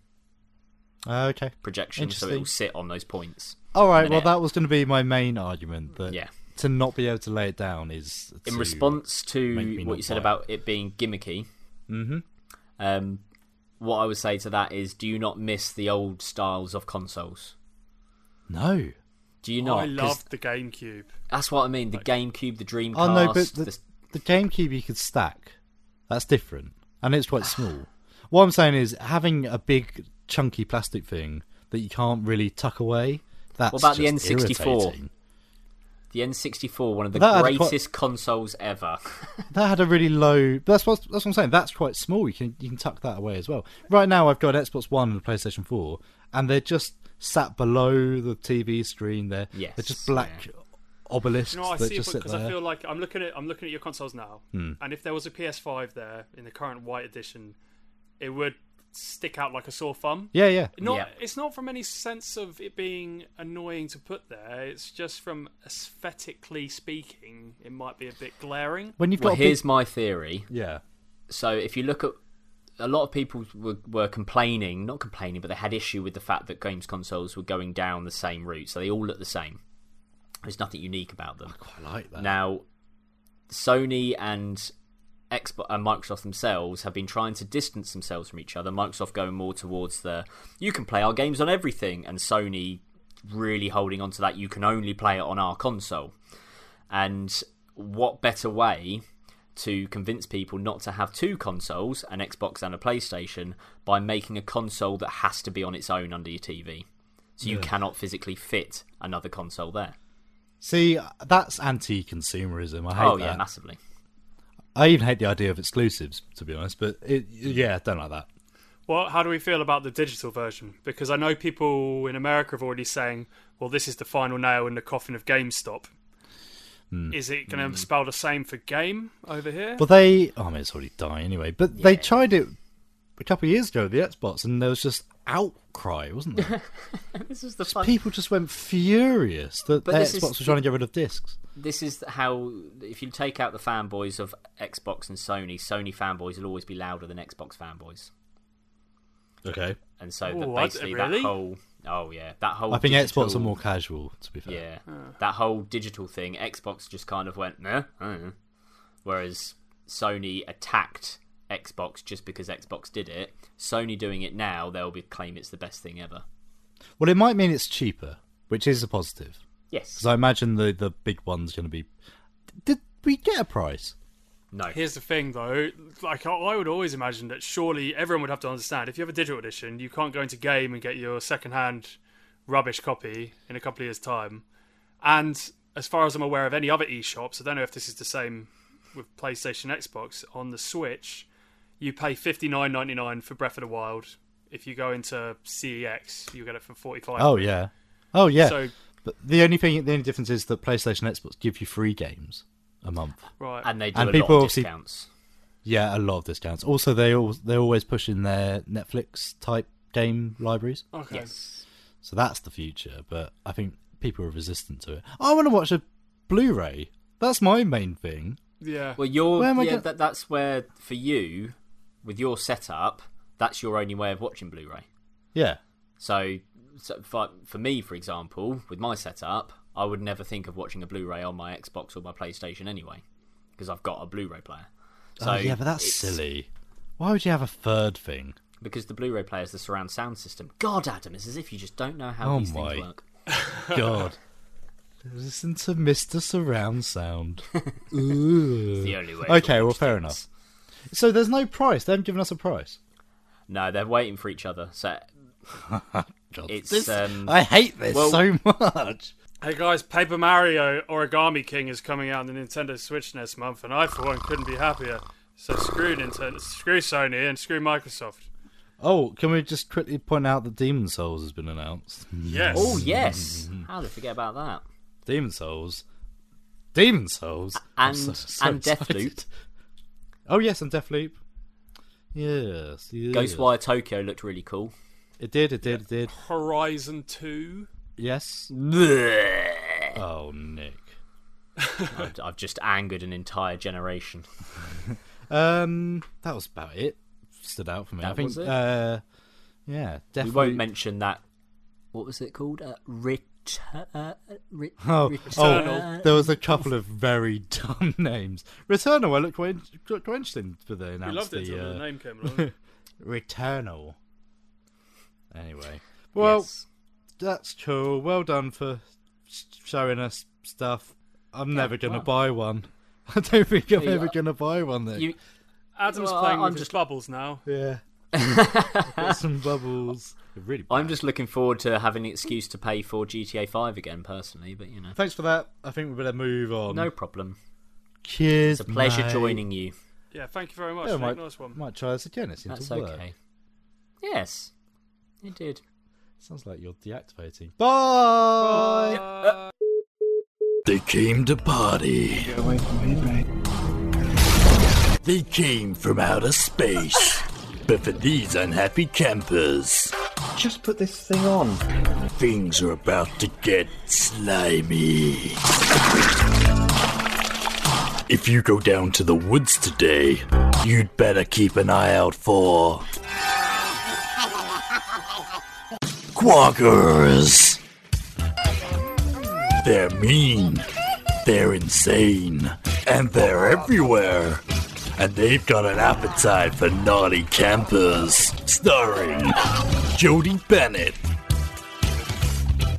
Speaker 1: okay,
Speaker 9: projection, so it
Speaker 1: Interesting.
Speaker 9: will sit on those points.
Speaker 1: all right. Well,
Speaker 9: minute.
Speaker 1: that was going to be my main argument that
Speaker 9: Yeah.
Speaker 1: to not be able to lay it down is
Speaker 9: In
Speaker 1: to-
Speaker 9: response
Speaker 1: make me
Speaker 9: to
Speaker 1: not
Speaker 9: what you said
Speaker 1: buy it.
Speaker 9: about it being gimmicky, mm-hmm. um, what I would say to that is, do you not miss the old styles of consoles?
Speaker 1: No,
Speaker 9: Do you not?
Speaker 2: I
Speaker 9: 'Cause
Speaker 2: loved the GameCube.
Speaker 9: That's what I mean. The GameCube, the Dreamcast.
Speaker 1: oh no, but the,
Speaker 9: the-
Speaker 1: the GameCube you could stack. That's different, and it's quite small. what I'm saying is having a big chunky plastic thing that you can't really tuck away. That's
Speaker 9: What about the
Speaker 1: just
Speaker 9: N64?
Speaker 1: irritating.
Speaker 9: The N64, one of the
Speaker 1: That had quite-
Speaker 9: greatest consoles ever. [LAUGHS]
Speaker 1: That had a really low. That's what that's what I'm saying. That's quite small. You can you can tuck that away as well. Right now, I've got an Xbox One and a PlayStation Four, and they're just sat below the TV screen. They're
Speaker 9: Yes,
Speaker 1: they're just black obelisks
Speaker 2: You know, I
Speaker 1: that
Speaker 2: see
Speaker 1: just sit
Speaker 2: because
Speaker 1: there. Hmm.
Speaker 2: I feel like I'm looking at I'm looking at your consoles now, and if there was a PS5 there in the current white edition, it would stick out like a sore thumb.
Speaker 1: Yeah, yeah.
Speaker 2: Not,
Speaker 9: Yeah.
Speaker 2: It's not from any sense of it being annoying to put there. It's just from aesthetically speaking, it might be a bit glaring.
Speaker 1: When you've got
Speaker 9: well,
Speaker 1: a big-
Speaker 9: here's my theory.
Speaker 1: yeah,
Speaker 9: So if you look at a lot of people were, were complaining, not complaining, but they had issue with the fact that games consoles were going down the same route. So they all look the same. There's nothing unique about them.
Speaker 1: quite like that.
Speaker 9: Now, Sony and Xbox and Microsoft themselves have been trying to distance themselves from each other. Microsoft going more towards the you can play our games on everything, and Sony really holding on to that you can only play it on our console. And what better way to convince people not to have two consoles, an Xbox and a PlayStation, by making a console that has to be on its own under your TV. So you cannot physically fit another console there.
Speaker 1: See, that's anti-consumerism. I hate
Speaker 9: oh
Speaker 1: that.
Speaker 9: yeah, massively.
Speaker 1: I even hate the idea of exclusives, to be honest. But it, yeah, don't like that.
Speaker 2: Well, how do we feel about the digital version? Because I know people in America have already saying, "Well, this is the final nail in the coffin of GameStop." Is it going to spell the same for game over here?
Speaker 1: Well, they. Oh, I mean, it's already dying anyway. But they tried it a couple of years ago, the Xbox, and there was just outcry, wasn't there?
Speaker 9: [LAUGHS] This is the
Speaker 1: Just People just went furious that
Speaker 9: But
Speaker 1: the
Speaker 9: this is-
Speaker 1: Xbox was trying to get rid of discs.
Speaker 9: this is how if you take out the fanboys of Xbox and Sony, Sony fanboys will always be louder than Xbox fanboys,
Speaker 1: Okay.
Speaker 9: and so that
Speaker 2: Ooh, I d-
Speaker 9: basically
Speaker 2: really?
Speaker 9: that whole oh yeah that whole
Speaker 1: I think
Speaker 9: digital,
Speaker 1: Xbox are more casual, to be fair.
Speaker 9: yeah that whole digital thing Xbox just kind of went nah, I don't know." whereas Sony attacked Xbox just because Xbox did it. Sony doing it now they'll be claim it's the best thing ever.
Speaker 1: Well, it might mean it's cheaper, which is a positive.
Speaker 9: Yes,
Speaker 1: Because I imagine the, the big one's going to be. Did we get a price?
Speaker 9: no,
Speaker 2: Here's the thing, though. Like I- I would always imagine that surely everyone would have to understand. If you have a digital edition, you can't go into game and get your second-hand rubbish copy in a couple of years' time. And as far as I'm aware of any other eShops, I don't know if this is the same with PlayStation, Xbox. On the Switch, you pay fifty nine ninety nine for Breath of the Wild. If you go into CEX, you get it for forty five.
Speaker 1: Oh, yeah. Oh, yeah.
Speaker 2: So
Speaker 1: But the only thing, the only difference is that PlayStation and Xbox give you free games a month.
Speaker 2: right,
Speaker 9: and they do
Speaker 1: And
Speaker 9: a
Speaker 1: people
Speaker 9: lot of
Speaker 1: obviously-
Speaker 9: discounts.
Speaker 1: Yeah, a lot of discounts. Also, they all they're always pushing their Netflix type game libraries,
Speaker 2: okay.
Speaker 9: Yes,
Speaker 1: so that's the future. But I think people are resistant to it. I want to watch a Blu-ray. That's my main thing.
Speaker 2: Yeah.
Speaker 9: Well, you're
Speaker 1: Where am I
Speaker 9: yeah.
Speaker 1: go-
Speaker 9: That, that's where for you, with your setup, that's your only way of watching Blu-ray.
Speaker 1: Yeah,
Speaker 9: So, so for, for me, for example, with my setup, I would never think of watching a Blu-ray on my Xbox or my PlayStation anyway, because I've got a Blu-ray player. So
Speaker 1: oh, yeah, but that's
Speaker 9: it's-
Speaker 1: silly. Why would you have a third
Speaker 9: [LAUGHS]
Speaker 1: thing?
Speaker 9: because the Blu-ray player is the surround sound system. God, Adam, it's as if you just don't know how
Speaker 1: Oh
Speaker 9: these
Speaker 1: my.
Speaker 9: things work.
Speaker 1: God, listen to Mister Surround
Speaker 9: [LAUGHS]
Speaker 1: Sound.
Speaker 9: It's the only way. to
Speaker 1: Okay,
Speaker 9: watch
Speaker 1: well, fair
Speaker 9: things.
Speaker 1: So there's no price. They haven't given us a price.
Speaker 9: No, they're waiting for each other. So
Speaker 1: God,
Speaker 9: It's,
Speaker 1: this-
Speaker 9: um,
Speaker 1: I hate this
Speaker 9: well-
Speaker 1: so [LAUGHS] much.
Speaker 2: Hey guys, Paper Mario Origami King is coming out on the Nintendo Switch next month, and I for one couldn't be happier. So screw Nintendo, screw Sony, and screw Microsoft.
Speaker 1: Oh, can we just quickly point out that Demon Souls has been announced?
Speaker 2: Yes.
Speaker 1: [LAUGHS]
Speaker 9: oh yes, how did I forget about that?
Speaker 1: Demon Souls. Demon Souls. I'm
Speaker 9: and- and
Speaker 1: excited.
Speaker 9: Deathloop.
Speaker 1: Oh yes, and Deathloop. Yes, yes.
Speaker 9: Ghostwire Tokyo looked really cool.
Speaker 1: It did. It did. It did.
Speaker 2: Horizon Two.
Speaker 1: Yes. Oh Nick.
Speaker 9: I've, I've just angered an entire generation.
Speaker 1: Um, that was about it. Stood out for me. I
Speaker 9: That
Speaker 1: think.
Speaker 9: was it?
Speaker 1: Uh, yeah. Deathloop.
Speaker 9: We won't mention that. What was it called? Uh, return. Uh, re-
Speaker 1: Oh, oh,
Speaker 9: Returnal.
Speaker 1: there was a couple of very [LAUGHS] dumb names. Returnal, I looked quite, quite interesting for the
Speaker 2: We
Speaker 1: announced
Speaker 2: loved it
Speaker 1: the,
Speaker 2: until
Speaker 1: uh,
Speaker 2: the name came
Speaker 1: [LAUGHS]
Speaker 2: along.
Speaker 1: Returnal. Anyway, well,
Speaker 9: Yes.
Speaker 1: that's cool. Well done for sh- showing us stuff. I'm never gonna buy one. [LAUGHS] I don't think I'm ever gonna buy one. Then,
Speaker 9: You-
Speaker 2: Adam's
Speaker 9: Well,
Speaker 2: playing
Speaker 9: I'm
Speaker 2: with his
Speaker 9: just-
Speaker 2: bubbles now.
Speaker 9: [LAUGHS]
Speaker 1: yeah, Got some bubbles. Really,
Speaker 9: I'm
Speaker 1: bad.
Speaker 9: just looking forward to having an excuse to pay for GTA 5 again, personally, but you know.
Speaker 1: Thanks for that. I think we better move on.
Speaker 9: No problem.
Speaker 1: cheers.
Speaker 9: It's a pleasure
Speaker 1: mate.
Speaker 9: joining you.
Speaker 2: Yeah, thank you very much.
Speaker 1: Yeah,
Speaker 2: Nick.
Speaker 1: might,
Speaker 2: Nice one.
Speaker 1: might try this again. It seems
Speaker 9: That's
Speaker 1: to work.
Speaker 9: okay. Yes. It did.
Speaker 1: Sounds like you're deactivating. Bye. They came to party. They came from outer space. But for these unhappy campers,
Speaker 5: Just put this thing on.
Speaker 1: things are about to get slimy. If you go down to the woods today, you'd better keep an eye out for. Quackers! They're mean, they're insane, and they're everywhere. And they've got an appetite for naughty campers. Starring Jodie Bennett,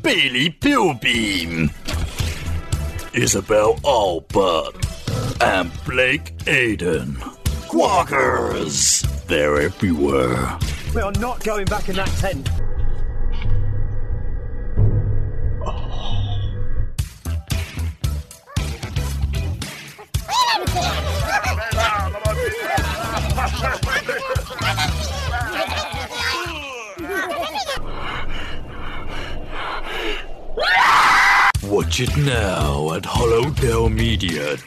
Speaker 1: Bailey Pillbeam, Isabel Allbutt, and Blake Aiden. Quackers! They're everywhere.
Speaker 5: We are not going back in that tent.
Speaker 10: Watch it now at hollowdellmedia.vhx.tv.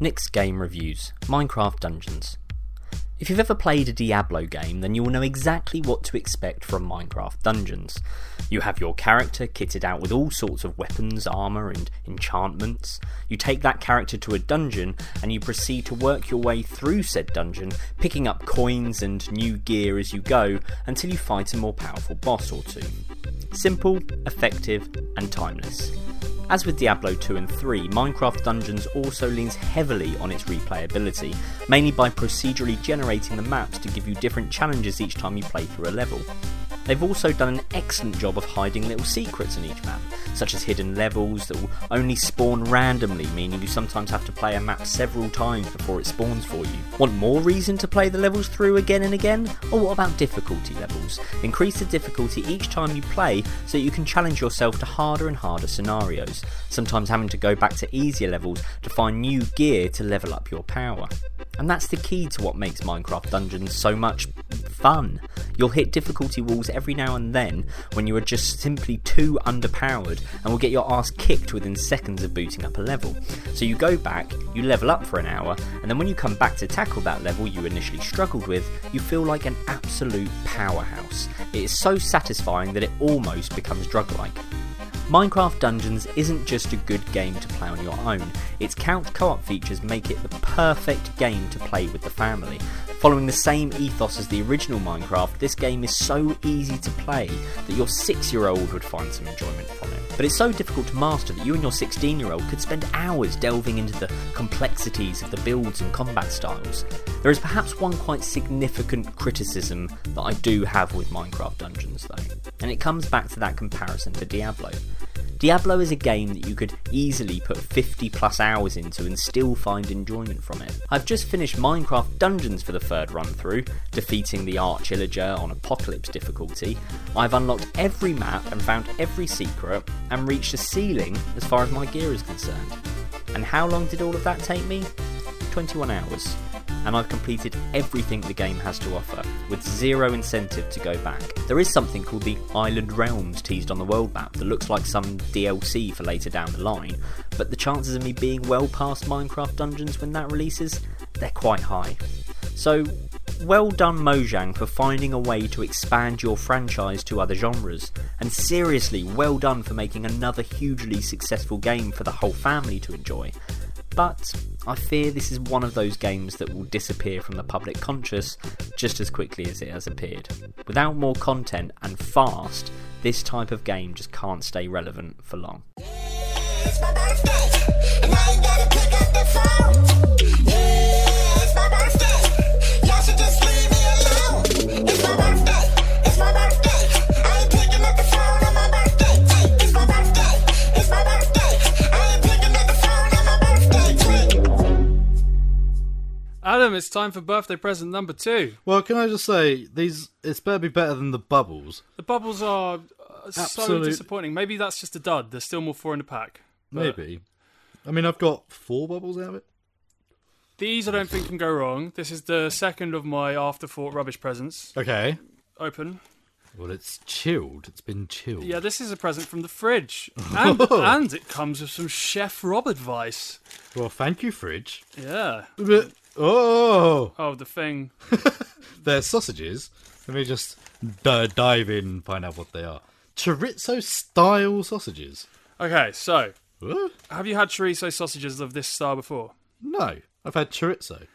Speaker 9: Nick's Game Reviews Minecraft Dungeons. If you've ever played a Diablo game, then you will know exactly what to expect from Minecraft Dungeons. You have your character kitted out with all sorts of weapons, armour, and enchantments. You take that character to a dungeon and you proceed to work your way through said dungeon, picking up coins and new gear as you go until you fight a more powerful boss or two. Simple, effective, and timeless. As with Diablo 2 and 3, Minecraft Dungeons also leans heavily on its replayability, mainly by procedurally generating the maps to give you different challenges each time you play through a level. They've also done an excellent job of hiding little secrets in each map, such as hidden levels that will only spawn randomly, meaning you sometimes have to play a map several times before it spawns for you. Want more reason to play the levels through again and again? Or what about difficulty levels? Increase the difficulty each time you play so that you can challenge yourself to harder and harder scenarios, sometimes having to go back to easier levels to find new gear to level up your power. And that's the key to what makes Minecraft Dungeons so much fun. You'll hit difficulty walls every now and then when you are just simply too underpowered and will get your ass kicked within seconds of booting up a level. So you go back, you level up for an hour, and then when you come back to tackle that level you initially struggled with, you feel like an absolute powerhouse. It is so satisfying that it almost becomes drug like. Minecraft Dungeons isn't just a good game to play on your own, its couch co op features make it the perfect game to play with the family. Following the same ethos as the original Minecraft, this game is so easy to play that your 6 year old would find some enjoyment from it. But it's so difficult to master that you and your 16 year old could spend hours delving into the complexities of the builds and combat styles. There is perhaps one quite significant criticism that I do have with Minecraft Dungeons though, and it comes back to that comparison to Diablo. Diablo is a game that you could easily put 50 plus hours into and still find enjoyment from it. I've just finished Minecraft Dungeons for the third run through, defeating the Arch Illager on Apocalypse difficulty. I've unlocked every map and found every secret and reached a ceiling as far as my gear is concerned. And how long did all of that take me? 21 hours. And I've completed everything the game has to offer, with zero incentive to go back. There is something called the Island Realms teased on the world map that looks like some DLC for later down the line, but the chances of me being well past Minecraft Dungeons when that releases, they're quite high. So, well done Mojang for finding a way to expand your franchise to other genres, and seriously, well done for making another hugely successful game for the whole family to enjoy but I fear this is one of those games that will disappear from the public conscious just as quickly as it has appeared. Without more content and fast, this type of game just can't stay relevant for long.
Speaker 4: It's my birthday, and I ain't gotta pick up the phone. Yeah, it's my birthday. Y'all should just leave me alone. It's my birthday. It's my birthday. I ain't picking up the phone on my birthday. Hey, it's my birthday. It's my birthday. I ain't picking up the phone on my birthday. Hey.
Speaker 2: Adam, it's time for birthday present number two.
Speaker 1: Well, can I just say these? It's better be better than the bubbles.
Speaker 2: The bubbles are uh, so
Speaker 1: Absolute-
Speaker 2: disappointing. Maybe that's just a dud. There's still more four in the pack. But
Speaker 1: Maybe. I mean, I've got four bubbles out of it.
Speaker 2: These I don't think can go wrong. This is the second of my afterthought rubbish presents.
Speaker 1: Okay.
Speaker 2: Open.
Speaker 1: Well, it's chilled. It's been chilled.
Speaker 2: Yeah, this is a present from the fridge. And, and it comes with some Chef Rob advice.
Speaker 1: Well, thank you, fridge.
Speaker 2: Yeah.
Speaker 1: But- Oh,
Speaker 2: Oh, the thing.
Speaker 1: they're sausages. Let me just d- dive in and find out what they are. Chorizo style sausages.
Speaker 2: Okay, so
Speaker 1: Huh?
Speaker 2: have you had chorizo sausages of this style before?
Speaker 1: No, I've had chorizo.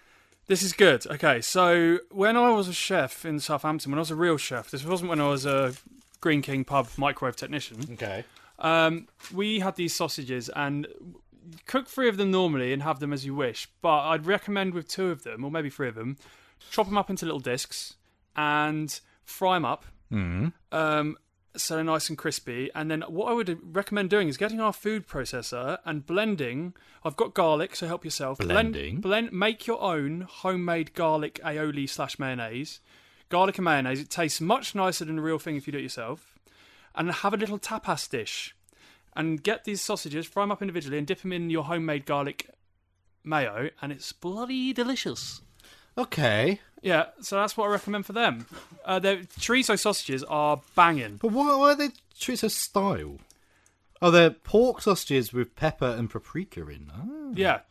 Speaker 2: This is good. Okay, so when I was a chef in Southampton, when I was a real chef, this wasn't when I was a Green King pub microwave technician.
Speaker 1: [LAUGHS] Okay.
Speaker 2: Um, we had these sausages and cook three of them normally and have them as you wish. But I'd recommend with two of them, or maybe three of them, chop them up into little discs and fry them up. Um, so they're nice and crispy. And then what I would recommend doing is getting our food processor and blending. I've got garlic, so help yourself. Blend-
Speaker 1: Blending?
Speaker 2: blend, make your own homemade garlic aioli slash mayonnaise. Garlic and mayonnaise. It tastes much nicer than the real thing if you do it yourself. And have a little tapas dish and get these sausages, fry them up individually, and dip them in your homemade garlic mayo, and it's bloody delicious.
Speaker 1: Okay.
Speaker 2: Yeah, so that's what I recommend for them. Uh, their chorizo sausages are banging.
Speaker 1: But why, why are they chorizo style? Oh, they're pork sausages with pepper and paprika in. Oh,
Speaker 2: Yeah,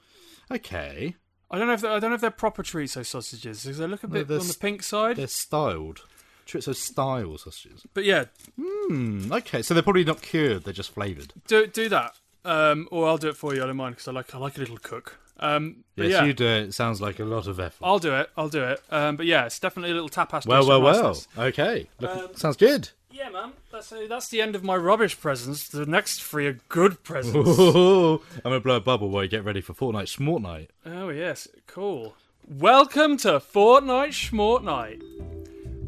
Speaker 1: okay.
Speaker 2: I don't know if they're, I don't know if they're proper chorizo sausages because they look a bit
Speaker 1: they're
Speaker 2: on the
Speaker 1: s-
Speaker 2: pink side.
Speaker 1: They're styled. Chorizo style sausages.
Speaker 2: But yeah,
Speaker 1: Hmm, okay, so they're probably not cured, they're just flavoured.
Speaker 2: do do that, um, or I'll do it for you. I don't mind because I like I like a little cook. Um, but
Speaker 1: Yes,
Speaker 2: yeah, Oh,
Speaker 1: you do. It sounds like a lot of effort.
Speaker 2: I'll do it. I'll do it. Um, but yeah, it's definitely a little tapas.
Speaker 1: well,
Speaker 2: dish
Speaker 1: well,
Speaker 2: from
Speaker 1: well.
Speaker 2: Masters.
Speaker 1: Okay. Look,
Speaker 2: Um,
Speaker 1: sounds good.
Speaker 2: Yeah, man. That's, so that's the end of my rubbish presents. The next three are good presents.
Speaker 1: [LAUGHS] Ooh, [LAUGHS] I'm going to blow a bubble while you get ready for Fortnite Smort Night.
Speaker 2: Oh yes, cool. Welcome to Fortnite Schmort Night.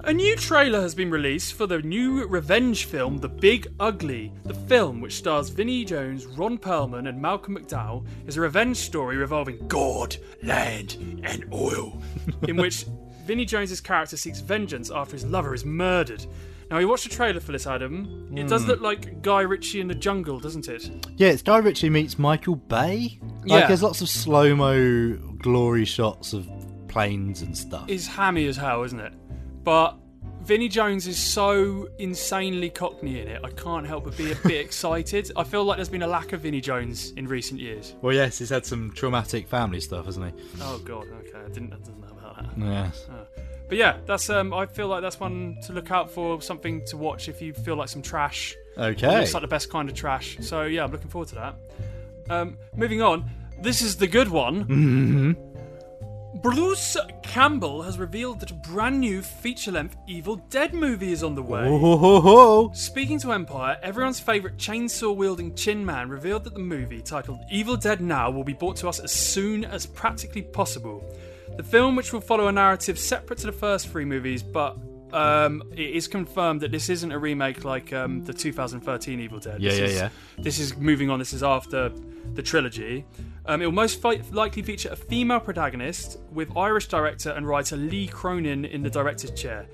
Speaker 2: A new trailer has been released for the new revenge film The Big Ugly. The film, which stars Vinnie Jones, Ron Perlman, and Malcolm McDowell, is a revenge story revolving God, land, and oil, in which Vinnie Jones's character seeks vengeance after his lover is murdered. Now, we watched a trailer for this, Adam. It does look like Guy Ritchie in the jungle, doesn't it?
Speaker 1: Yeah, it's Guy Ritchie meets Michael Bay. Like,
Speaker 2: Yeah.
Speaker 1: there's lots of slow mo glory shots of planes and stuff.
Speaker 2: is hammy as hell, isn't it? But Vinnie Jones is so insanely cockney in it, I can't help but be a bit [LAUGHS] excited. I feel like there's been a lack of Vinnie Jones in recent years.
Speaker 1: Well, yes, he's had some traumatic family stuff, hasn't he?
Speaker 2: Oh god, okay, I didn't, I didn't know about that.
Speaker 1: Yes.
Speaker 2: But yeah, that's um, I feel like that's one to look out for, something to watch if you feel like some trash.
Speaker 1: Okay.
Speaker 2: Looks like the best kind of trash. So yeah, I'm looking forward to that. Um, moving on, this is the good one. Mm-hmm. Bruce Campbell has revealed that a brand new feature-length Evil Dead movie is on the way.
Speaker 1: Ho, ho, ho.
Speaker 2: Speaking to Empire, everyone's favourite chainsaw wielding Chin Man revealed that the movie, titled Evil Dead Now, will be brought to us as soon as practically possible. The film, which will follow a narrative separate to the first three movies, but um, it is confirmed that this isn't a remake like um, the 2013 Evil Dead.
Speaker 1: Yeah,
Speaker 2: this
Speaker 1: yeah,
Speaker 2: is,
Speaker 1: yeah.
Speaker 2: This is moving on, this is after the trilogy. Um, it will most fi- likely feature a female protagonist with Irish director and writer Lee Cronin in the director's chair.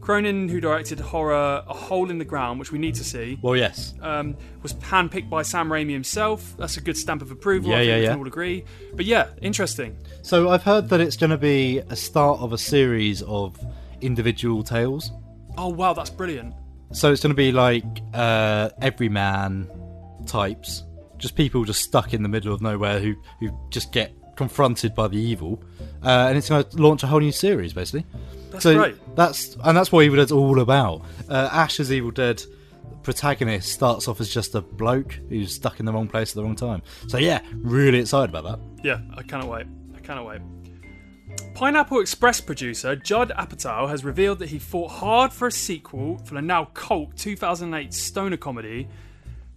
Speaker 2: Cronin, who directed horror A Hole in the Ground, which we need to see,
Speaker 1: Well, yes.
Speaker 2: um, was handpicked by Sam Raimi himself. That's a good stamp of approval.
Speaker 1: Yeah,
Speaker 2: I think
Speaker 1: yeah,
Speaker 2: we
Speaker 1: yeah.
Speaker 2: can all agree. But yeah, interesting.
Speaker 1: So I've heard that it's going to be a start of a series of individual tales.
Speaker 2: Oh wow, that's brilliant.
Speaker 1: So it's going to be like uh, everyman types, just people just stuck in the middle of nowhere who who just get confronted by the evil, uh, and it's going to launch a whole new series basically. That's so
Speaker 2: great.
Speaker 1: That's and that's what Evil Dead's all about. Uh, Ash's Evil Dead protagonist starts off as just a bloke who's stuck in the wrong place at the wrong time. So yeah, really excited about that.
Speaker 2: Yeah, I cannot wait. I cannot wait. Pineapple Express producer Judd Apatow has revealed that he fought hard for a sequel for the now cult 2008 stoner comedy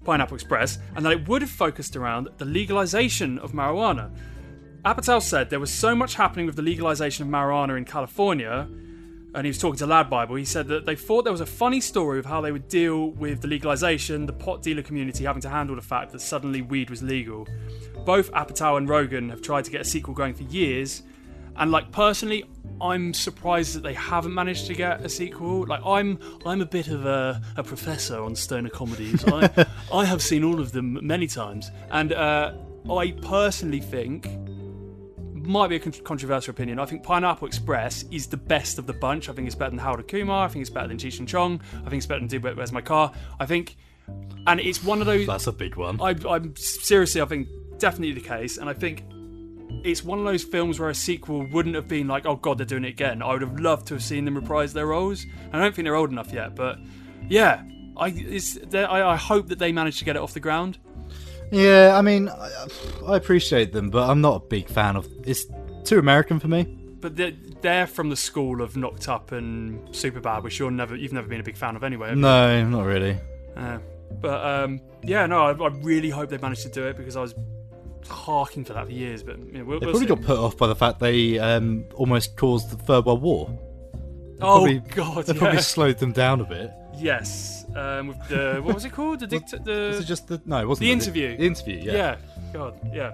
Speaker 2: Pineapple Express and that it would have focused around the legalization of marijuana. Apatow said there was so much happening with the legalization of marijuana in California and he was talking to Lad Bible, he said that they thought there was a funny story of how they would deal with the legalization, the pot dealer community having to handle the fact that suddenly weed was legal. Both Apatow and Rogan have tried to get a sequel going for years, and like personally, I'm surprised that they haven't managed to get a sequel. Like I'm, I'm a bit of a, a professor on stoner comedies. I, I have seen all of them many times, and uh, I personally think might be a con- controversial opinion. I think Pineapple Express is the best of the bunch. I think it's better than Howard Kumar. I think it's better than Cheech and Chong. I think it's better than Do Where- Where's My Car. I think, and it's one of those.
Speaker 1: That's a big one.
Speaker 2: I, I'm seriously, I think definitely the case, and I think it's one of those films where a sequel wouldn't have been like, oh god, they're doing it again. I would have loved to have seen them reprise their roles. I don't think they're old enough yet, but yeah, I it's, they're- I, I hope that they manage to get it off the ground.
Speaker 1: Yeah, I mean, I, I appreciate them, but I'm not a big fan of. It's too American for me.
Speaker 2: But they're, they're from the school of Knocked Up and Superbad, which you're never you've never been a big fan of anyway. have you?
Speaker 1: No, not really.
Speaker 2: Uh, but um, yeah, no, I, I really hope they manage to do it because I was harking for that for years. But you know, we'll,
Speaker 1: They
Speaker 2: we'll
Speaker 1: probably got
Speaker 2: see.
Speaker 1: put off by the fact they um, almost caused the Third World War.
Speaker 2: oh
Speaker 1: Probably-
Speaker 2: god,
Speaker 1: They
Speaker 2: yeah. Uh,
Speaker 1: probably slowed them down a bit.
Speaker 2: Yes, um, with the
Speaker 1: [LAUGHS]
Speaker 2: what was it called? The dicta-
Speaker 1: Was
Speaker 2: the
Speaker 1: it just the no? It wasn't
Speaker 2: the interview.
Speaker 1: The interview. Yeah.
Speaker 2: yeah. God, yeah.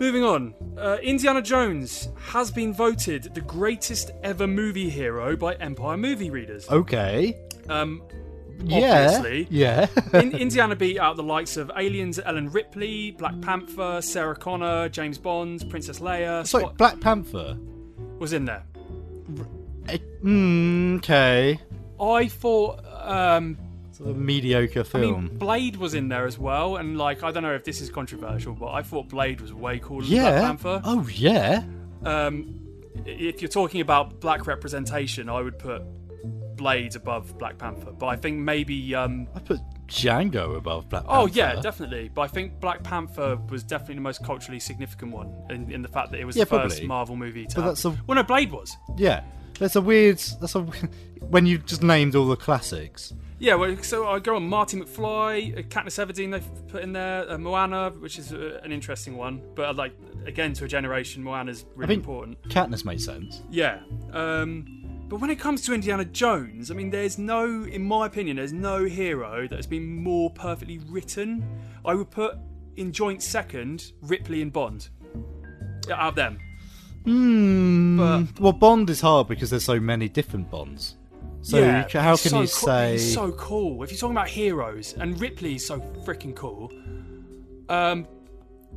Speaker 2: Moving on, uh, Indiana Jones has been voted the greatest ever movie hero by Empire movie readers.
Speaker 1: Okay.
Speaker 2: Um, obviously.
Speaker 1: Yeah. Yeah. [LAUGHS]
Speaker 2: In- Indiana beat out the likes of Aliens, Ellen Ripley, Black Panther, Sarah Connor, James Bond, Princess Leia.
Speaker 1: it's like
Speaker 2: Spot-
Speaker 1: Black Panther.
Speaker 2: was in there.
Speaker 1: mm, Okay.
Speaker 2: I thought um,
Speaker 1: Sort of mediocre
Speaker 2: I
Speaker 1: film.
Speaker 2: mean, Blade was in there as well, and like I don't know if this is controversial, but I thought Blade was way cooler
Speaker 1: yeah.
Speaker 2: than Black Panther.
Speaker 1: Oh yeah.
Speaker 2: Um, i- if you're talking about black representation, I would put Blade above Black Panther, but I think maybe. Um,
Speaker 1: I put Django above Black Panther.
Speaker 2: oh yeah, definitely. But I think Black Panther was definitely the most culturally significant one in, in the fact that it was
Speaker 1: Yeah,
Speaker 2: the first
Speaker 1: probably.
Speaker 2: Marvel movie to.
Speaker 1: But
Speaker 2: have-
Speaker 1: that's a-
Speaker 2: Well, no, Blade was.
Speaker 1: Yeah. That's a weird. That's a [LAUGHS] when you just named all the classics.
Speaker 2: Yeah, well, so I go on Marty McFly, uh, Katniss Everdeen they've put in there, uh, Moana, which is uh, an interesting one, but uh, like again to a generation, Moana's really
Speaker 1: I think
Speaker 2: important.
Speaker 1: Katniss made sense.
Speaker 2: Yeah, um, but when it comes to Indiana Jones, I mean, there's no, in my opinion, there's no hero that has been more perfectly written. I would put in joint second Ripley and Bond. Yeah, Out of them,
Speaker 1: Hmm.
Speaker 2: But-
Speaker 1: well, Bond is hard because there's so many different Bonds. So
Speaker 2: yeah,
Speaker 1: you ca- how
Speaker 2: he's
Speaker 1: can
Speaker 2: so
Speaker 1: you
Speaker 2: coo-
Speaker 1: say?
Speaker 2: he's so cool? If you're talking about heroes, and Ripley's so freaking cool, um,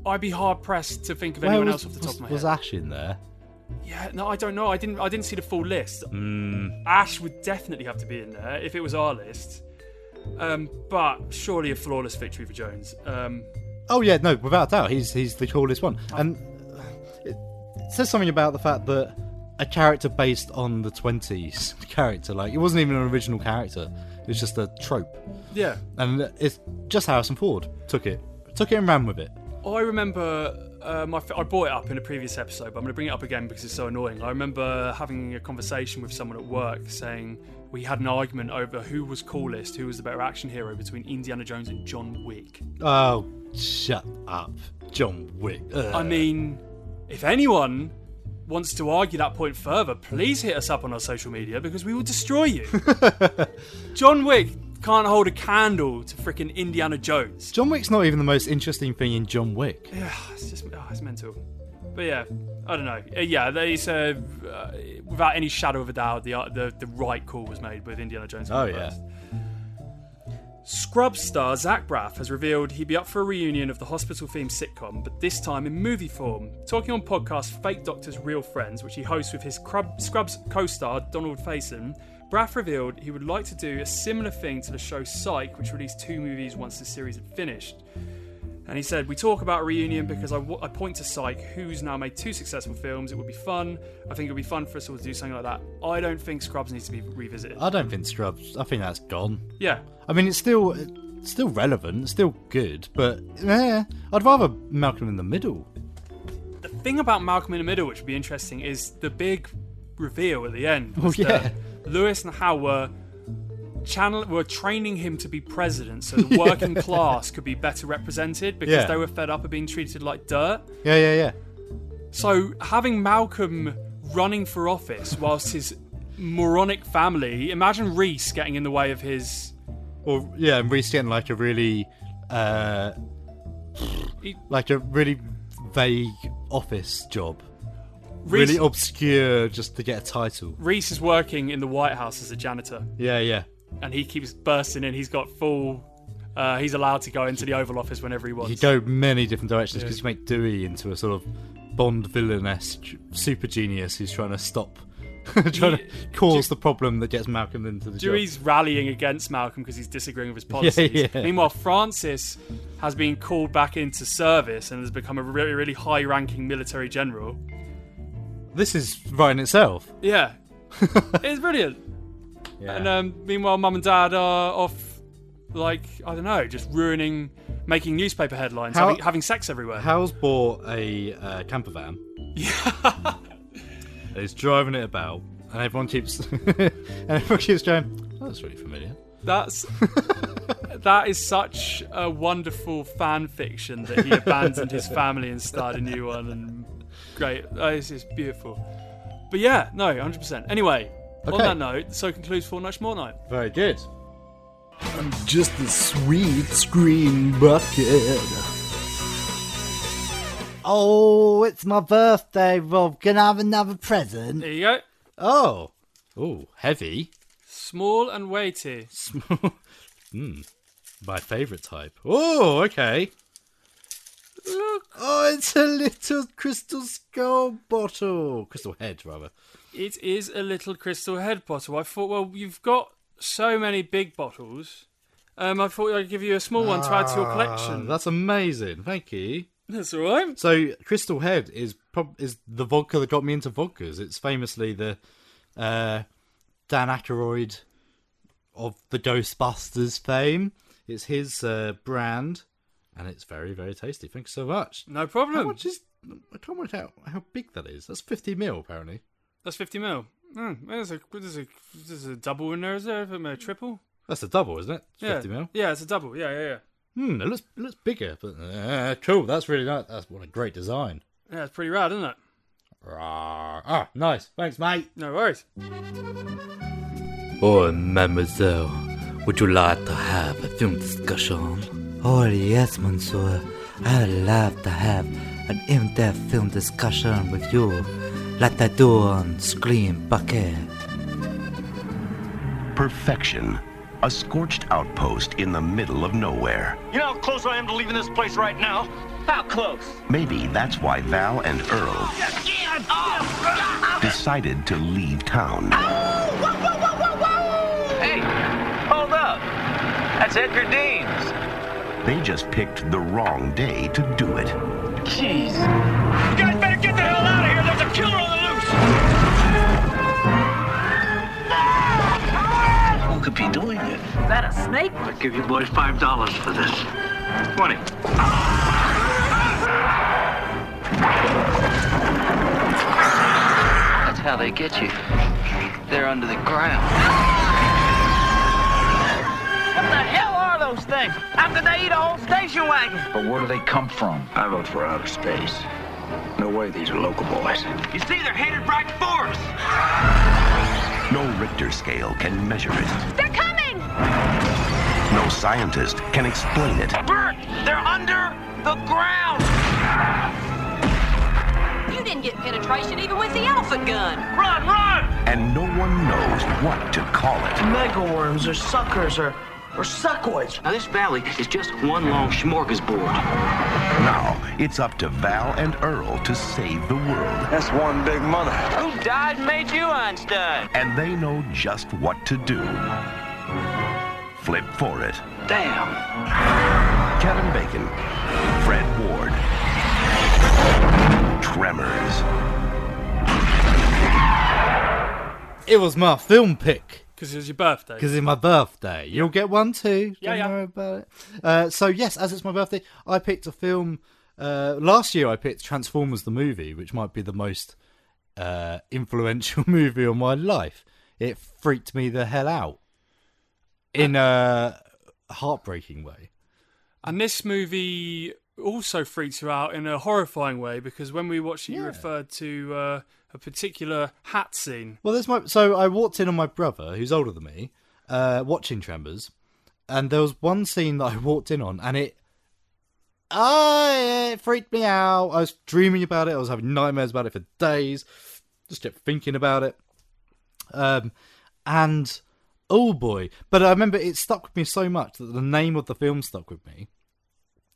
Speaker 2: I'd be hard pressed to think of
Speaker 1: Where
Speaker 2: anyone
Speaker 1: was,
Speaker 2: else off the top
Speaker 1: was-
Speaker 2: of my
Speaker 1: was
Speaker 2: head.
Speaker 1: Ash in there?
Speaker 2: Yeah, no, I don't know. I didn't. I didn't see the full list. Ash would definitely have to be in there if it was our list. Um, but surely a flawless victory for Jones. Um,
Speaker 1: Oh yeah, no, without a doubt, he's he's the coolest one.
Speaker 2: Oh.
Speaker 1: And it says something about the fact that a character based on the twenties [LAUGHS] character, like it wasn't even an original character, it was just a trope.
Speaker 2: yeah,
Speaker 1: And it's just Harrison Ford took it, took it and ran with it.
Speaker 2: I remember uh, my f- I brought it up in a previous episode, but I'm going to bring it up again because it's so annoying. I remember having a conversation with someone at work saying we had an argument over who was coolest, who was the better action hero between Indiana Jones and John Wick.
Speaker 1: Oh, shut up, John Wick. Ugh.
Speaker 2: I mean, if anyone wants to argue that point further, please hit us up on our social media because we will destroy you. John Wick can't hold a candle to frickin' Indiana Jones.
Speaker 1: John Wick's not even the most interesting thing in John Wick.
Speaker 2: It's just, oh, it's mental. But yeah, I don't know. Uh, Yeah, they said uh, without any shadow of a doubt, the, uh, the the right call was made with Indiana Jones.
Speaker 1: Oh,
Speaker 2: being
Speaker 1: yeah.
Speaker 2: first. Scrub star Zach Braff has revealed he'd be up for a reunion of the hospital themed sitcom, but this time in movie form, talking on podcast Fake Doctors Real Friends, which he hosts with his Crub- Scrubs co star Donald Faison. Braff revealed he would like to do a similar thing to the show Psych, which released two movies once the series had finished. And he said, We talk about reunion because I wa- I point to Psych, who's now made two successful films. It would be fun. I think it would be fun for us all to do something like that. I don't think Scrubs needs to be revisited.
Speaker 1: I don't think Scrubs. I think that's gone.
Speaker 2: yeah.
Speaker 1: I mean, it's still it's still relevant, it's still good, but eh, I'd rather Malcolm in the Middle.
Speaker 2: The thing about Malcolm in the Middle, which would be interesting, is the big reveal at the end.
Speaker 1: Oh,
Speaker 2: was
Speaker 1: yeah.
Speaker 2: that Lewis and Howe were, channel- were training him to be president so
Speaker 1: [LAUGHS]
Speaker 2: the working class could be better represented because
Speaker 1: Yeah.
Speaker 2: they were fed up of being treated like dirt.
Speaker 1: Yeah, yeah, yeah.
Speaker 2: So having Malcolm running for office whilst his moronic family imagine Reese getting in the way of his
Speaker 1: Or yeah, and Reese getting like a really, uh,
Speaker 2: He-
Speaker 1: like a really vague office job,
Speaker 2: Reese,
Speaker 1: really obscure, just to get a title.
Speaker 2: Reese is working in the White House as a janitor
Speaker 1: Yeah, yeah.
Speaker 2: and he keeps bursting in he's got full uh, he's allowed to go into the Oval Office whenever he wants.
Speaker 1: You go many different directions
Speaker 2: Yeah.
Speaker 1: because you make Dewey into a sort of Bond villain esque super genius who's trying to stop, [LAUGHS] trying to cause the problem that gets Malcolm into the job.
Speaker 2: Dewey's rallying against Malcolm because he's disagreeing with his policies.
Speaker 1: [LAUGHS] yeah.
Speaker 2: Meanwhile, Francis has been called back into service and has become a really, really high ranking military general.
Speaker 1: This is right in itself. [LAUGHS]
Speaker 2: Yeah. it's brilliant.
Speaker 1: Yeah.
Speaker 2: And um, meanwhile, mum and dad are off, like I don't know, just ruining, making newspaper headlines,
Speaker 1: How-
Speaker 2: having, having sex everywhere.
Speaker 1: Hal's bought a uh, camper van. Yeah. He's driving it about, and everyone keeps [LAUGHS] and everyone keeps going. Oh, that's really familiar.
Speaker 2: That's [LAUGHS] that is such a wonderful fan fiction that he abandoned his family and started a new one. And great, oh, it's just beautiful. But yeah, no, hundred percent. Anyway, on
Speaker 1: Okay.
Speaker 2: that note, so concludes Fortnite Night.
Speaker 1: Very good.
Speaker 10: Just a sweet screen bucket.
Speaker 7: Oh, it's my birthday, Rob. Can I have another present?
Speaker 2: There you go.
Speaker 1: Oh, oh, heavy.
Speaker 2: Small and weighty.
Speaker 1: Hmm. My favourite type. Oh, okay. Oh, it's a little crystal skull bottle. Crystal head, rather.
Speaker 2: It is a little crystal head bottle. I thought, well, you've got so many big bottles. Um, I thought I'd give you a small one to add to your
Speaker 1: Ah,
Speaker 2: collection.
Speaker 1: that's amazing. Thank you.
Speaker 2: That's all right.
Speaker 1: So Crystal Head is prob- is the vodka that got me into vodkas. It's famously the uh, Dan Aykroyd of the Ghostbusters fame. It's his uh, brand, and it's very very tasty. Thanks so much.
Speaker 2: No
Speaker 1: How
Speaker 2: problem.
Speaker 1: much is? I can't work out how big that is. That's fifty mil apparently.
Speaker 2: That's 50 mil. Mm, there's, a, there's, a, there's a double in there, is there? A triple?
Speaker 1: That's a double, isn't it? It's
Speaker 2: Yeah.
Speaker 1: Fifty mil.
Speaker 2: Yeah, it's a double. Yeah, yeah, yeah.
Speaker 1: Hmm, it looks it looks bigger, but uh, cool. That's really nice. That's what a great design.
Speaker 2: Yeah, it's pretty rad, isn't it?
Speaker 1: Rawr. Ah, nice. Thanks, mate.
Speaker 2: No worries.
Speaker 11: Oh, mademoiselle, would you like to have a film discussion?
Speaker 7: Oh, yes, Monsieur. I'd love to have an in depth film discussion with you, like I do on Screen Bucket.
Speaker 12: Perfection. A scorched outpost in the middle of nowhere.
Speaker 13: You know how close I am to leaving this place right now? How close?
Speaker 12: Maybe that's why Val and Earl decided to leave town.
Speaker 13: Hey, hold up. That's Edgar Deans.
Speaker 12: They just picked the wrong day to do it.
Speaker 13: Jeez. You guys better get the hell out of here. There's a killer on the loose. Who could be doing it? Is that a snake? I'll give you boys five dollars for this. Twenty.
Speaker 14: That's how they get you. They're under the ground.
Speaker 13: What the hell are those things? How could they eat a whole station wagon?
Speaker 15: But where do they come from? I vote for outer space. No way these are local boys.
Speaker 13: You see, they're headed right for us.
Speaker 12: No Richter scale can measure it.
Speaker 13: They're coming!
Speaker 12: No scientist can explain it.
Speaker 13: Bert, they're under the ground!
Speaker 16: You didn't get penetration even with the elephant gun.
Speaker 13: Run, run!
Speaker 12: And no one knows what to call it.
Speaker 13: Megaworms or suckers or, or suckoids. Now, this valley is just one long smorgasbord.
Speaker 12: Now, it's up to Val and Earl to save the world. That's one big mother.
Speaker 13: Who died and made you Einstein?
Speaker 12: And they know just what to do. Flip for it.
Speaker 13: Damn.
Speaker 12: Kevin Bacon, Fred Ward, Tremors.
Speaker 1: It was my film pick.
Speaker 2: Because it was your birthday.
Speaker 1: Because it's my birthday. You'll get one too. Don't
Speaker 2: Yeah, yeah.
Speaker 1: worry about it. Uh, so, yes, as it's my birthday, I picked a film. Uh, last year, I picked Transformers the movie, which might be the most uh, influential [LAUGHS] movie of my life. It freaked me the hell out in a heartbreaking way.
Speaker 2: And this movie also freaks you out in a horrifying way because when we watched it, you referred to uh, a particular hat scene.
Speaker 1: Well, there's my. So I walked in on my brother, who's older than me, uh, watching Tremors, and there was one scene that [LAUGHS] I walked in on, and it. Ah, it freaked me out. I was dreaming about it. I was having nightmares about it for days. Just kept thinking about it. Um, and oh boy. But I remember it stuck with me so much that the name of the film stuck with me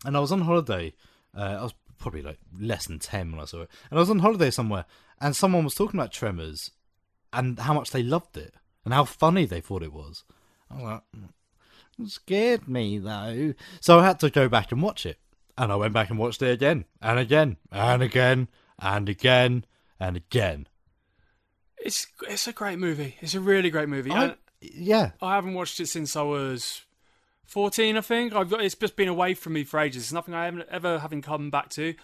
Speaker 1: and I was on holiday. Uh, I was probably like less than ten when I saw it, and I was on holiday somewhere, and someone was talking about Tremors and how much they loved it and how funny they thought it was. I was like, "Mm." it scared me though, so I had to go back and watch it, and I went back and watched it again and again and again and again and again.
Speaker 2: It's it's a great movie. It's a really great movie.
Speaker 1: I-
Speaker 2: And
Speaker 1: Yeah,
Speaker 2: I haven't watched it since I was fourteen, I think. I've got, it's just been away from me for ages. It's nothing I haven't ever having come back to.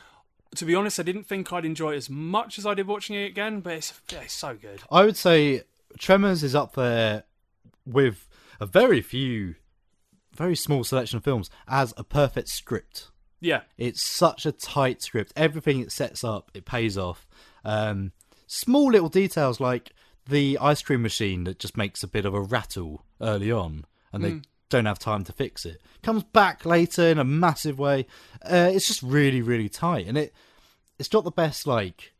Speaker 2: To be honest, I didn't think I'd enjoy it as much as I did watching it again, but it's, yeah, it's so good.
Speaker 1: I would say Tremors is up there with a very few, very small selection of films as a perfect script.
Speaker 2: Yeah.
Speaker 1: It's such a tight script. Everything it sets up, it pays off. Um, small little details like the ice cream machine that just makes a bit of a rattle early on, and they
Speaker 2: Mm.
Speaker 1: don't have time to fix it. Comes back later in a massive way. Uh, it's just really, really tight, and it it's got the best like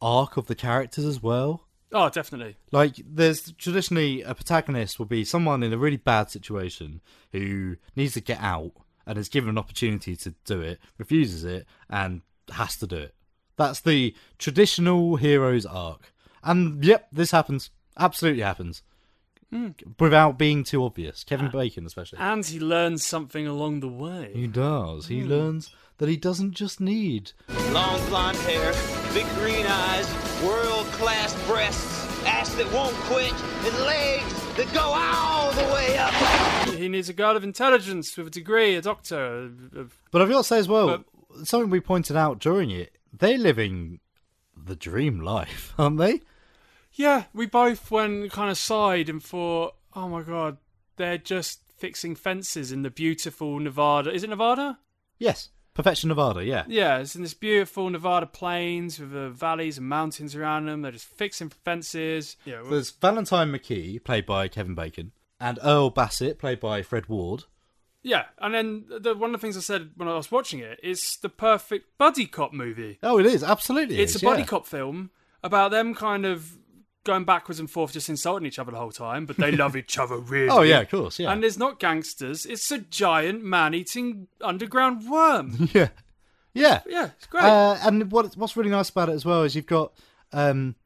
Speaker 1: arc of the characters as well.
Speaker 2: Oh, definitely.
Speaker 1: Like, there's traditionally a protagonist will be someone in a really bad situation who needs to get out and is given an opportunity to do it, refuses it, and has to do it. That's the traditional hero's arc. And yep, this happens. Absolutely happens.
Speaker 2: Mm.
Speaker 1: Without being too obvious. Kevin Bacon, especially.
Speaker 2: And he learns something along the way.
Speaker 1: He does. He
Speaker 2: Hmm.
Speaker 1: learns that he doesn't just need
Speaker 17: Long blonde hair, big green eyes, world class breasts, ass that won't quit, and legs that go all the way up.
Speaker 2: He needs a girl of intelligence with a degree, a doctor. a- a-
Speaker 1: But I've got to say as well, something we pointed out during it, they're living the dream life, aren't they?
Speaker 2: Yeah, we both went kind of sighed and thought, oh my god, they're just fixing fences in the beautiful Nevada. Is it Nevada?
Speaker 1: Yes. Perfection Nevada, yeah.
Speaker 2: Yeah, it's in this beautiful Nevada plains with the valleys and mountains around them. They're just fixing fences. Yeah, well,
Speaker 1: There's Valentine McKee, played by Kevin Bacon, and Earl Bassett, played by Fred Ward.
Speaker 2: yeah. And then the, one of the things I said when I was watching it is the perfect buddy cop movie.
Speaker 1: Oh, it is, absolutely.
Speaker 2: it's
Speaker 1: is,
Speaker 2: a buddy
Speaker 1: yeah.
Speaker 2: cop film about them kind of going backwards and forth, just insulting each other the whole
Speaker 1: [LAUGHS]
Speaker 2: time, but they love each other really.
Speaker 1: Oh, yeah, of course, yeah. [LAUGHS]
Speaker 2: And it's not gangsters; it's a giant man-eating
Speaker 1: [LAUGHS]
Speaker 2: underground worm.
Speaker 1: yeah, yeah,
Speaker 2: yeah, it's great.
Speaker 1: Uh, and what what's really nice about it as well is you've got um,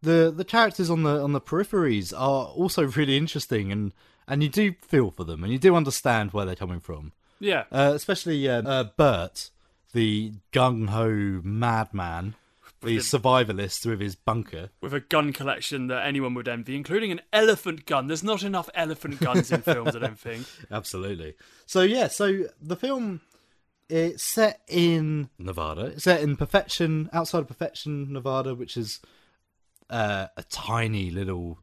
Speaker 1: the the characters on the on the peripheries are also [LAUGHS] really interesting, and and you do feel for them, and you do understand where they're coming from.
Speaker 2: Yeah.
Speaker 1: uh, especially um, uh, Bert, the gung ho madman, the survivalist with his bunker.
Speaker 2: With a gun collection that anyone would envy, including an elephant gun. There's not enough elephant guns in films, I
Speaker 1: [LAUGHS]
Speaker 2: don't think.
Speaker 1: Absolutely. So yeah, so the film it's set in Nevada. It's set in Perfection, outside of Perfection, Nevada, which is uh, a tiny little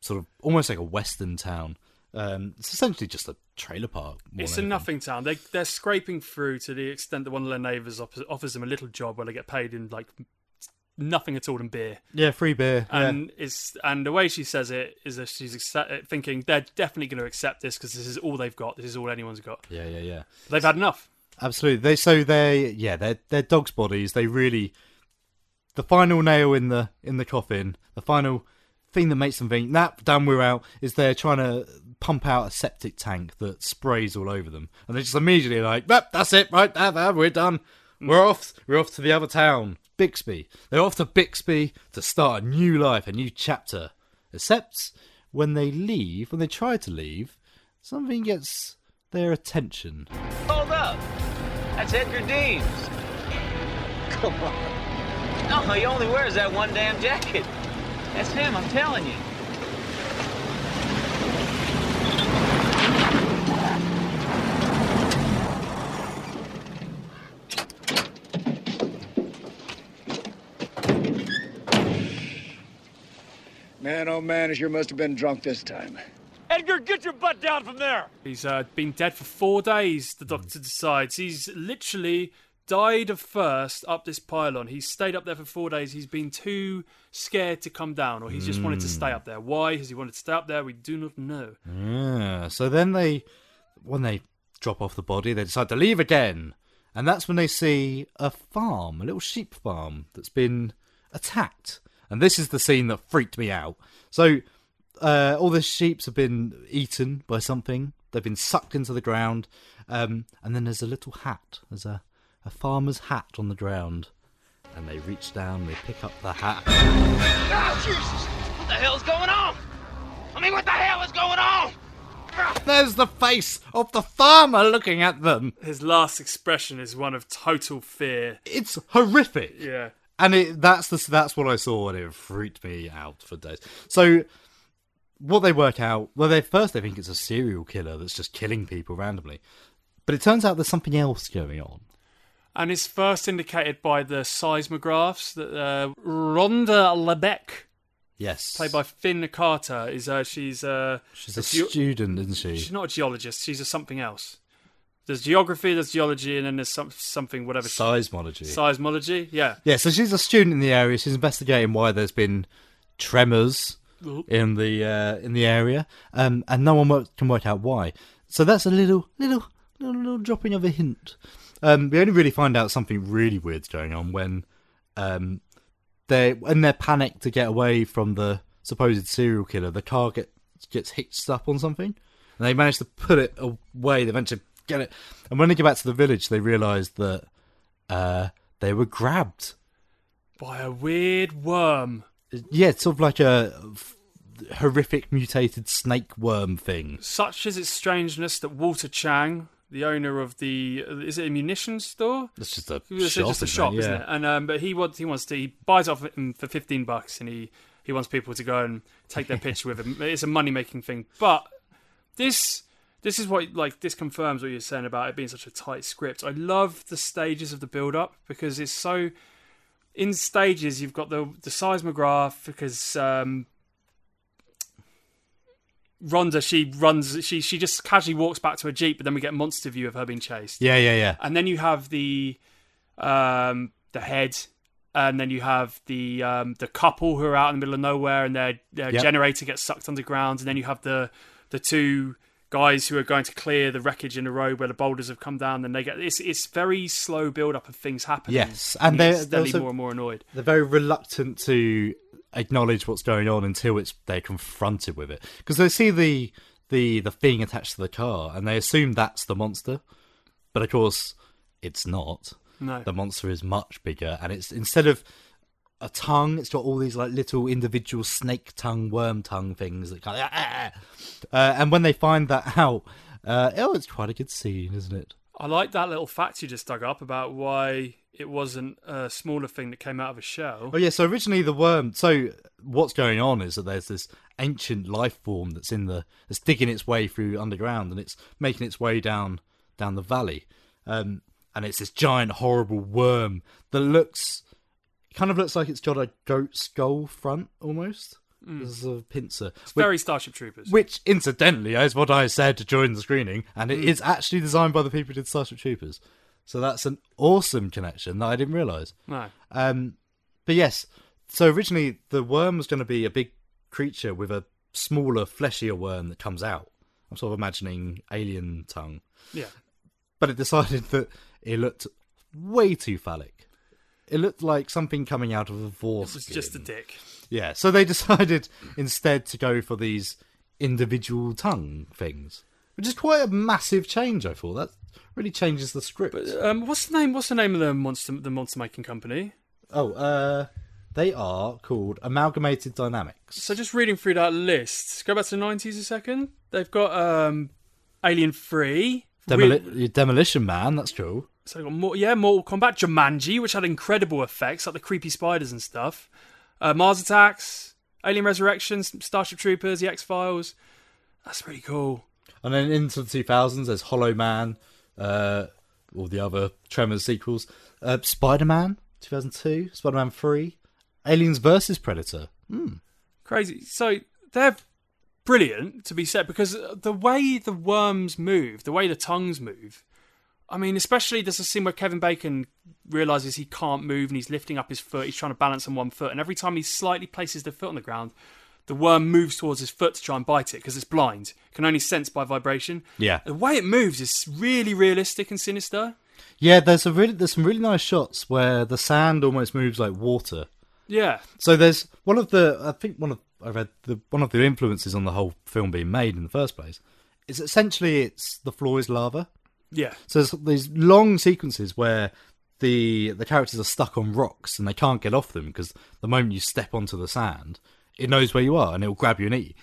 Speaker 1: sort of almost like a western town. Um, it's essentially just a trailer park. more
Speaker 2: it's a
Speaker 1: than anything.
Speaker 2: nothing town. They they're scraping through to the extent that one of their neighbours offers, offers them a little job where they get paid in like nothing at all in beer.
Speaker 1: Yeah, free beer. yeah.
Speaker 2: and it's and the way she says it is that she's accept- thinking they're definitely going to accept this because this is all they've got. This is all anyone's got.
Speaker 1: Yeah, yeah, yeah.
Speaker 2: They've had enough.
Speaker 1: Absolutely. They so they yeah they're they're dogs' bodies. They really the final nail in the in the coffin. The final thing that makes them think that damn we're out is they're trying to pump out a septic tank that sprays all over them, and they're just immediately like, "Yep, that's it, right? There, there, we're done. We're off. We're off to the other town, Bixby. They're off to Bixby to start a new life, a new chapter." Except when they leave, when they try to leave, something gets their attention.
Speaker 17: Hold up. That's Edgar Dean's. Come on. No, he only wears that one damn jacket. That's him, I'm telling you.
Speaker 18: Man, oh man, I sure must have been drunk this time.
Speaker 2: Edgar, get your butt down from there. He's uh, been dead for four days.
Speaker 1: Hmm.
Speaker 2: The doctor decides he's literally died of thirst up this pylon. He's stayed up there for four days. He's been too scared to come down, or he's just wanted to
Speaker 1: Mm.
Speaker 2: stay up there. Why has he wanted to stay up there? We do not know.
Speaker 1: Yeah. So then they, when they drop off the body, they decide to leave again, and that's when they see a farm, a little sheep farm that's been attacked. And this is the scene that freaked me out. So uh, all the sheep's have been eaten by something. They've been sucked into the ground, um, and then there's a little hat. There's a a farmer's hat on the ground, and they reach down. They pick up the hat.
Speaker 17: Ah, Jesus! What the hell's going on? I mean, what the hell is going on?
Speaker 1: There's the face of the farmer looking at them.
Speaker 2: His last expression is one of total fear.
Speaker 1: It's horrific.
Speaker 2: Yeah.
Speaker 1: and it that's the that's what I saw, and it freaked me out for days. So, what they work out? Well, they first they think it's a serial killer that's just killing people randomly, but it turns out there's something else going on.
Speaker 2: And it's first indicated by the seismographs that uh, Rhonda Lebeck,
Speaker 1: Yes,
Speaker 2: played by Finn Carter, is uh, she's uh,
Speaker 1: she's a
Speaker 2: geo-
Speaker 1: student, isn't she?
Speaker 2: she's not a geologist. She's a something else. There's geography, there's geology, and then there's some, something whatever
Speaker 1: Seismology.
Speaker 2: Seismology, yeah.
Speaker 1: yeah, so she's a student in the area. She's investigating why there's been tremors
Speaker 2: Oh.
Speaker 1: in the uh, in the area, um, and no one work, can work out why. So that's a little little little, little dropping of a hint. Um, we only really find out something really weird's going on when um, they when they're panicked to get away from the supposed serial killer. The car get, gets hitched up on something, and they manage to put it away. They manage to get it. And when they get back to the village, they realise that uh, they were grabbed.
Speaker 2: By a weird worm.
Speaker 1: Yeah, it's sort of like a f- horrific mutated snake worm thing.
Speaker 2: Such is its strangeness that Walter Chang, the owner of the is it a munitions store?
Speaker 1: That's just a
Speaker 2: It's
Speaker 1: shop,
Speaker 2: just
Speaker 1: isn't
Speaker 2: a
Speaker 1: it?
Speaker 2: shop, isn't
Speaker 1: Yeah.
Speaker 2: it? And um, but he wants he wants to he buys off him for fifteen bucks, and he he wants people to go and take their picture with him. It's a money making thing, but this this is what like this confirms what you're saying about it being such a tight script. I love the stages of the build up because it's so in stages. You've got the the seismograph because um, Rhonda she runs she she just casually walks back to her jeep, but then we get monster view of her being chased.
Speaker 1: Yeah, yeah, yeah.
Speaker 2: And then you have the um the head, and then you have the um the couple who are out in the middle of nowhere, and their their
Speaker 1: Yep.
Speaker 2: generator gets sucked underground, and then you have the the two guys who are going to clear the wreckage in the road where the boulders have come down. Then they get it's it's very slow build up of things happening.
Speaker 1: Yes, and
Speaker 2: You get
Speaker 1: they're, they're
Speaker 2: steadily
Speaker 1: also-
Speaker 2: more and more annoyed.
Speaker 1: They're very reluctant to acknowledge what's going on until it's they're confronted with it because they see the the the thing attached to the car and they assume that's the monster, but of course it's not.
Speaker 2: No.
Speaker 1: the monster is much bigger, and it's instead of a tongue, it's got all these like little individual snake tongue, worm tongue things that kind of. ah, Uh, and when they find that out, uh, oh, it's quite a good scene, isn't it?
Speaker 2: I like that little fact you just dug up about why it wasn't a smaller thing that came out of a shell.
Speaker 1: Oh yeah, so originally the worm. So what's going on is that there's this ancient life form that's in the that's digging its way through underground and it's making its way down down the valley, um, and it's this giant horrible worm that looks kind of looks like it's got a goat skull front almost.
Speaker 2: Mm.
Speaker 1: This is a pincer.
Speaker 2: It's
Speaker 1: which-
Speaker 2: very Starship Troopers.
Speaker 1: Which, incidentally, is what I said during the screening, and it is
Speaker 2: Mm.
Speaker 1: actually designed by the people who did Starship Troopers. So that's an awesome connection that I didn't realise.
Speaker 2: No.
Speaker 1: Um, but yes, so originally the worm was going to be a big creature with a smaller, fleshier worm that comes out. I'm sort of imagining alien tongue.
Speaker 2: Yeah.
Speaker 1: But it decided [LAUGHS] that it looked way too phallic. It looked like something coming out of a
Speaker 2: It
Speaker 1: voice.
Speaker 2: was just a dick.
Speaker 1: Yeah, so they [LAUGHS] decided instead to go for these individual tongue things, which is quite a massive change. I thought that really changes the script.
Speaker 2: Um, what's the name? What's the name of the monster? The monster making company.
Speaker 1: oh, uh, they are called Amalgamated Dynamics.
Speaker 2: So just reading through that list. let's Go back to the nineties a second. They've got um, Alien Three.
Speaker 1: Demoli-
Speaker 2: Weird-
Speaker 1: Demolition Man, that's cool.
Speaker 2: So they've got more, yeah, Mortal Kombat, Jumanji, which had incredible effects like the creepy spiders and stuff. Uh, Mars Attacks, Alien Resurrection, Starship Troopers, The X Files. That's pretty cool.
Speaker 1: And then into the 2000s, there's Hollow Man, uh, all the other Tremors sequels, uh, Spider Man 2002, Spider Man 3, Aliens versus Predator. Hmm.
Speaker 2: Crazy. So they're brilliant to be said because the way the worms move, the way the tongues move. I mean, especially there's a scene where Kevin Bacon realizes he can't move and he's lifting up his foot. He's trying to balance on one foot, and every time he slightly places the foot on the ground, the worm moves towards his foot to try and bite it because it's blind. It can only sense by vibration.
Speaker 1: Yeah.
Speaker 2: The way it moves is really realistic and sinister.
Speaker 1: Yeah, there's a really there's some really nice shots where the sand almost moves like water.
Speaker 2: Yeah.
Speaker 1: So there's one of the I think one of I read the one of the influences on the whole film being made in the first place is essentially it's the floor is lava.
Speaker 2: Yeah.
Speaker 1: So there's these long sequences where the the characters are stuck on rocks and they can't get off them because the moment you step onto the sand, it knows where you are and it'll grab you and eat.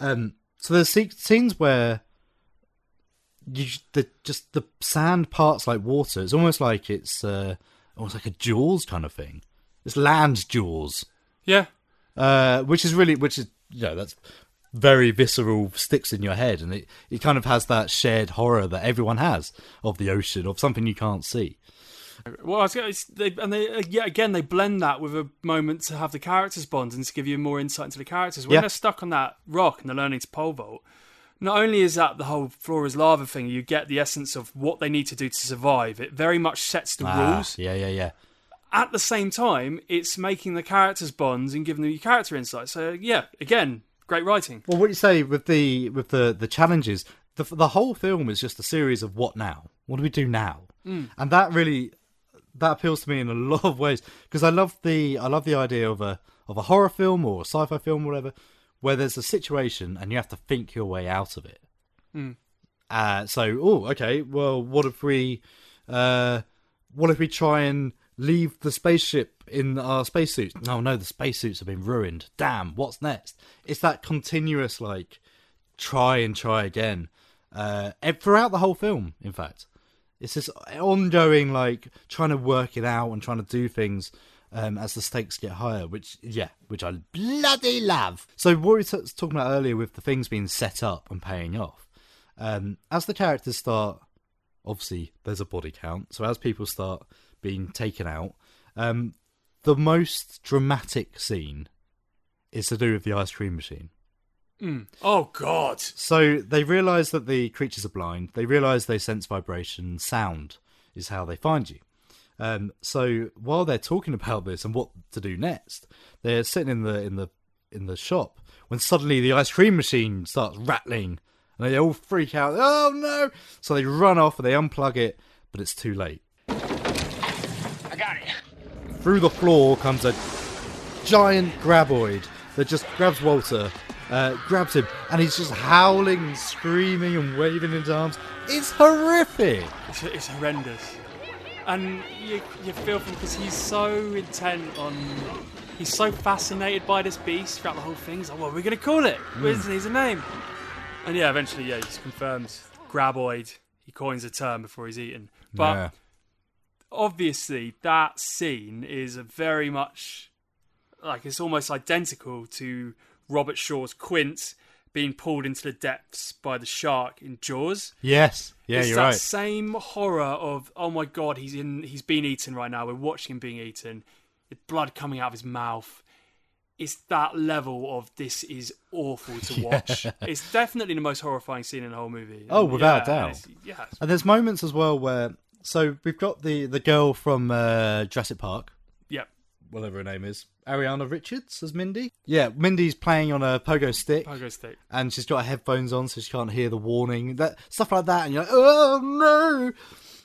Speaker 1: you. Um, so there's se- scenes where you j- the just the sand parts like water. It's almost like it's uh, almost like a Jaws kind of thing. It's land Jaws.
Speaker 2: Yeah.
Speaker 1: Uh, which is really which is you know that's very visceral sticks in your head and it, it kind of has that shared horror that everyone has of the ocean of something you can't see
Speaker 2: Well, I was gonna, it's, they, and they uh, yet again they blend that with a moment to have the characters bond and to give you more insight into the characters. When
Speaker 1: Yeah.
Speaker 2: they're stuck on that rock and they're learning to pole vault, not only is that the whole floor is lava thing, you get the essence of what they need to do to survive. It very much sets the
Speaker 1: Ah,
Speaker 2: rules.
Speaker 1: yeah yeah yeah
Speaker 2: At the same time, it's making the characters bonds and giving them your character insight. So yeah, again, great writing.
Speaker 1: well what you say with the with the the challenges the, the whole film is just a series of what now what do we do now
Speaker 2: Mm.
Speaker 1: and that really that appeals to me in a [LAUGHS] lot of ways because I love the I love the idea of a of a horror film or a sci-fi film, whatever, where there's a situation and you have to think your way out of it.
Speaker 2: Mm.
Speaker 1: Uh, so, oh, okay. Well, what if we, uh, what if we try and leave the spaceship in our spacesuits? No, no, the spacesuits have been ruined. Damn, what's next? It's that continuous like try and try again uh, ev- throughout the whole film. In fact, it's this ongoing like trying to work it out and trying to do things um, as the stakes get higher. Which, yeah, which I bloody love. So what we were t- talking about earlier with the things being set up and paying off. Um, as the characters start, obviously there's a body count. So as people start being taken out, um, the most dramatic scene is to do with the ice cream machine.
Speaker 2: Mm. Oh God!
Speaker 1: So they realise that the creatures are blind. They realise they sense vibration. Sound is how they find you. Um, so while they're talking about this and what to do next, they're sitting in the in the in the shop when suddenly the ice cream machine starts rattling and they all freak out. Oh no! So they run off and they unplug it, but it's too late.
Speaker 17: I got it.
Speaker 1: Through the floor comes a giant graboid that just grabs Walter, uh, grabs him, and he's just howling and screaming and waving his arms. It's horrific.
Speaker 2: It's, it's horrendous, and you you feel for him because he's so intent on. He's so fascinated by this beast throughout the whole thing. He's like, "What are we gonna call it? Where's
Speaker 9: Mm.
Speaker 2: he's a name?" Hmm. And yeah, eventually, yeah, he just confirms graboid. He coins a term before he's eaten, but
Speaker 1: Yeah.
Speaker 2: obviously that scene is a very much like it's almost identical to Robert Shaw's Quint being pulled into the depths by the shark in Jaws.
Speaker 1: Yes. Yeah,
Speaker 2: it's
Speaker 1: you're
Speaker 2: that
Speaker 1: right.
Speaker 2: Same horror of oh my god, he's in, he's being eaten right now. We're watching him being eaten, the blood coming out of his mouth. It's that level of this is awful
Speaker 1: [LAUGHS]
Speaker 2: to
Speaker 1: Yeah.
Speaker 2: watch. It's definitely the most horrifying scene in the whole movie.
Speaker 1: Oh,
Speaker 2: And
Speaker 1: without
Speaker 2: yeah,
Speaker 1: a
Speaker 2: and
Speaker 1: doubt.
Speaker 2: it's- Yeah, it's
Speaker 1: And there's moments as well where so we've got the the girl from uh, Jurassic Park.
Speaker 2: Yep.
Speaker 1: Whatever her name is. Ariana Richards as Mindy. Yeah, Mindy's playing on a pogo stick.
Speaker 2: Pogo stick.
Speaker 1: And she's got her headphones on so she can't hear the warning. That stuff like that and you're like, "Oh no."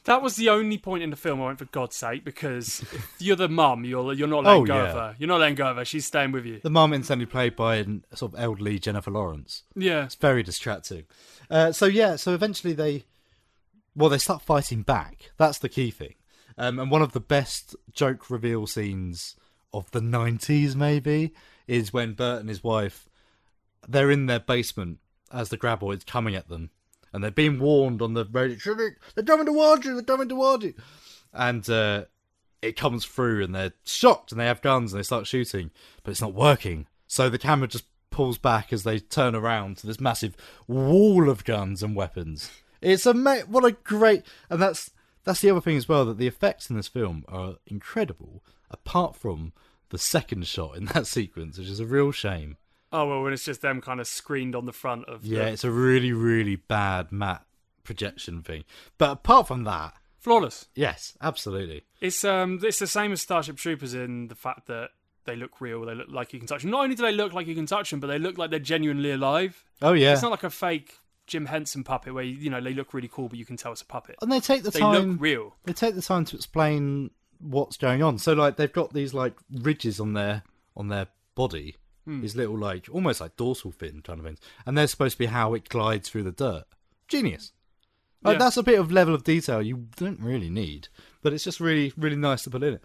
Speaker 2: That was the only point in the film I went for God's sake because if you're the mum, you're you're not letting
Speaker 1: Oh,
Speaker 2: go
Speaker 1: yeah.
Speaker 2: of her. You're not letting go of her. She's staying with you.
Speaker 1: The mum instantly played by an sort of elderly Jennifer Lawrence.
Speaker 2: Yeah.
Speaker 1: It's very distracting. Uh, so yeah, so eventually they well, they start fighting back. That's the key thing. Um, and one of the best joke reveal scenes of the 90s, maybe, is when Bert and his wife, they're in their basement as the graboid's coming at them. And they're being warned on the radio, "Shoot it! they're coming towards you, they're coming towards you. And uh, it comes through and they're shocked and they have guns and they start shooting, but it's not working. So the camera just pulls back as they turn around to this massive wall of guns and weapons. It's a ama- what a great and that's that's the other thing as well that the effects in this film are incredible apart from the second shot in [LAUGHS] that sequence, which is a real shame.
Speaker 2: Oh well, when it's just them kind of screened on the front of
Speaker 1: Yeah,
Speaker 2: the-
Speaker 1: it's a really really bad matte projection thing. But apart from that,
Speaker 2: flawless.
Speaker 1: yes, absolutely.
Speaker 2: It's um, it's the same as Starship Troopers in the fact that they look real. They look like you can touch them. Not only do they look like you can touch them, but they look like they're genuinely alive.
Speaker 1: Oh, yeah.
Speaker 2: it's not like a fake Jim Henson puppet where you know they look really cool, but you can tell it's a puppet.
Speaker 1: And they take the
Speaker 2: they
Speaker 1: time.
Speaker 2: look real.
Speaker 1: They take the time to explain what's going on. So like they've got these like ridges on their on their body,
Speaker 2: Hmm.
Speaker 1: these little like almost like dorsal fin kind of things, and they're supposed to be how it glides through the dirt. Genius. Like
Speaker 2: Yeah.
Speaker 1: that's a bit of level of detail you don't really need, but it's just really really nice to put in it.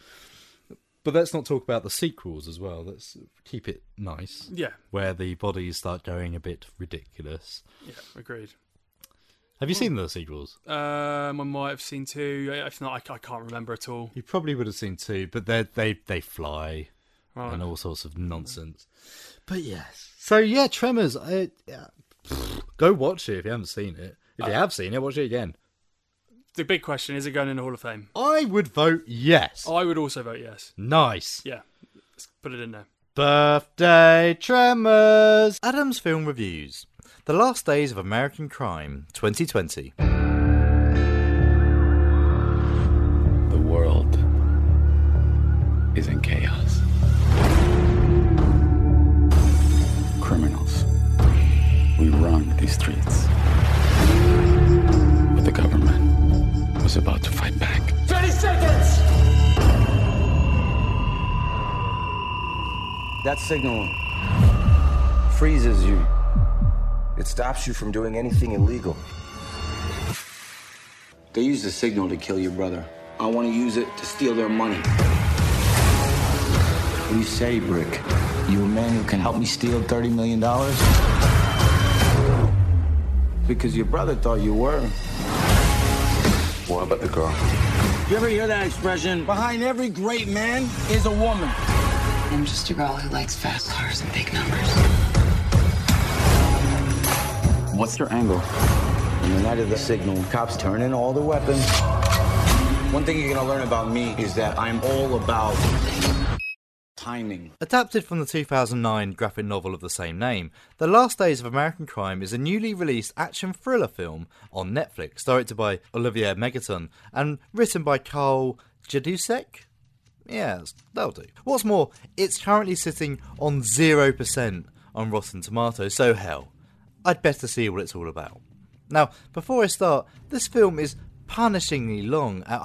Speaker 1: But let's not talk about the sequels as well. Let's keep it nice.
Speaker 2: Yeah.
Speaker 1: Where the bodies start going a bit ridiculous.
Speaker 2: Yeah, agreed.
Speaker 1: Have you
Speaker 2: Hmm.
Speaker 1: seen the sequels?
Speaker 2: Um, I might have seen two. If not, I, I can't remember at all.
Speaker 1: You probably would have seen two, but they they they fly
Speaker 2: Right.
Speaker 1: and all sorts of nonsense. But yes, so yeah, Tremors. I, yeah, pfft, go watch it if you haven't seen it. If you have seen it, watch it again.
Speaker 2: The big question is: It going in the Hall of Fame?
Speaker 1: I would vote yes.
Speaker 2: I would also vote yes.
Speaker 1: Nice
Speaker 2: Yeah, let's put it in there.
Speaker 1: birthday, Tremors. Adam's film reviews: The Last Days of American Crime, 2020.
Speaker 19: The world is in chaos. Criminals. We run these streets. But the government was about to fight back.
Speaker 4: 30 seconds!
Speaker 20: That signal freezes you. It stops you from doing anything illegal. They used the signal to kill your brother. I want to use it to steal their money.
Speaker 12: You say, Brick, you a man who can help me steal $30 million? Because your brother thought you were.
Speaker 19: What about the girl?
Speaker 12: You ever hear that expression? Behind every great man is a woman.
Speaker 21: I'm just a girl who likes fast cars and big numbers.
Speaker 19: What's your angle?
Speaker 20: On the night of the signal, cops turn in all the weapons.
Speaker 12: One thing you're gonna learn about me is that I'm all about timing.
Speaker 1: Adapted from the 2009 graphic novel of the same name, The Last Days of American Crime is a newly released action thriller film on Netflix, directed by Olivier Megaton and written by Carl Jadusek. Yes, that'll do. What's more, it's currently sitting on 0% on Rotten Tomatoes, so hell, I'd better see what it's all about. Now, before I start, this film is punishingly long at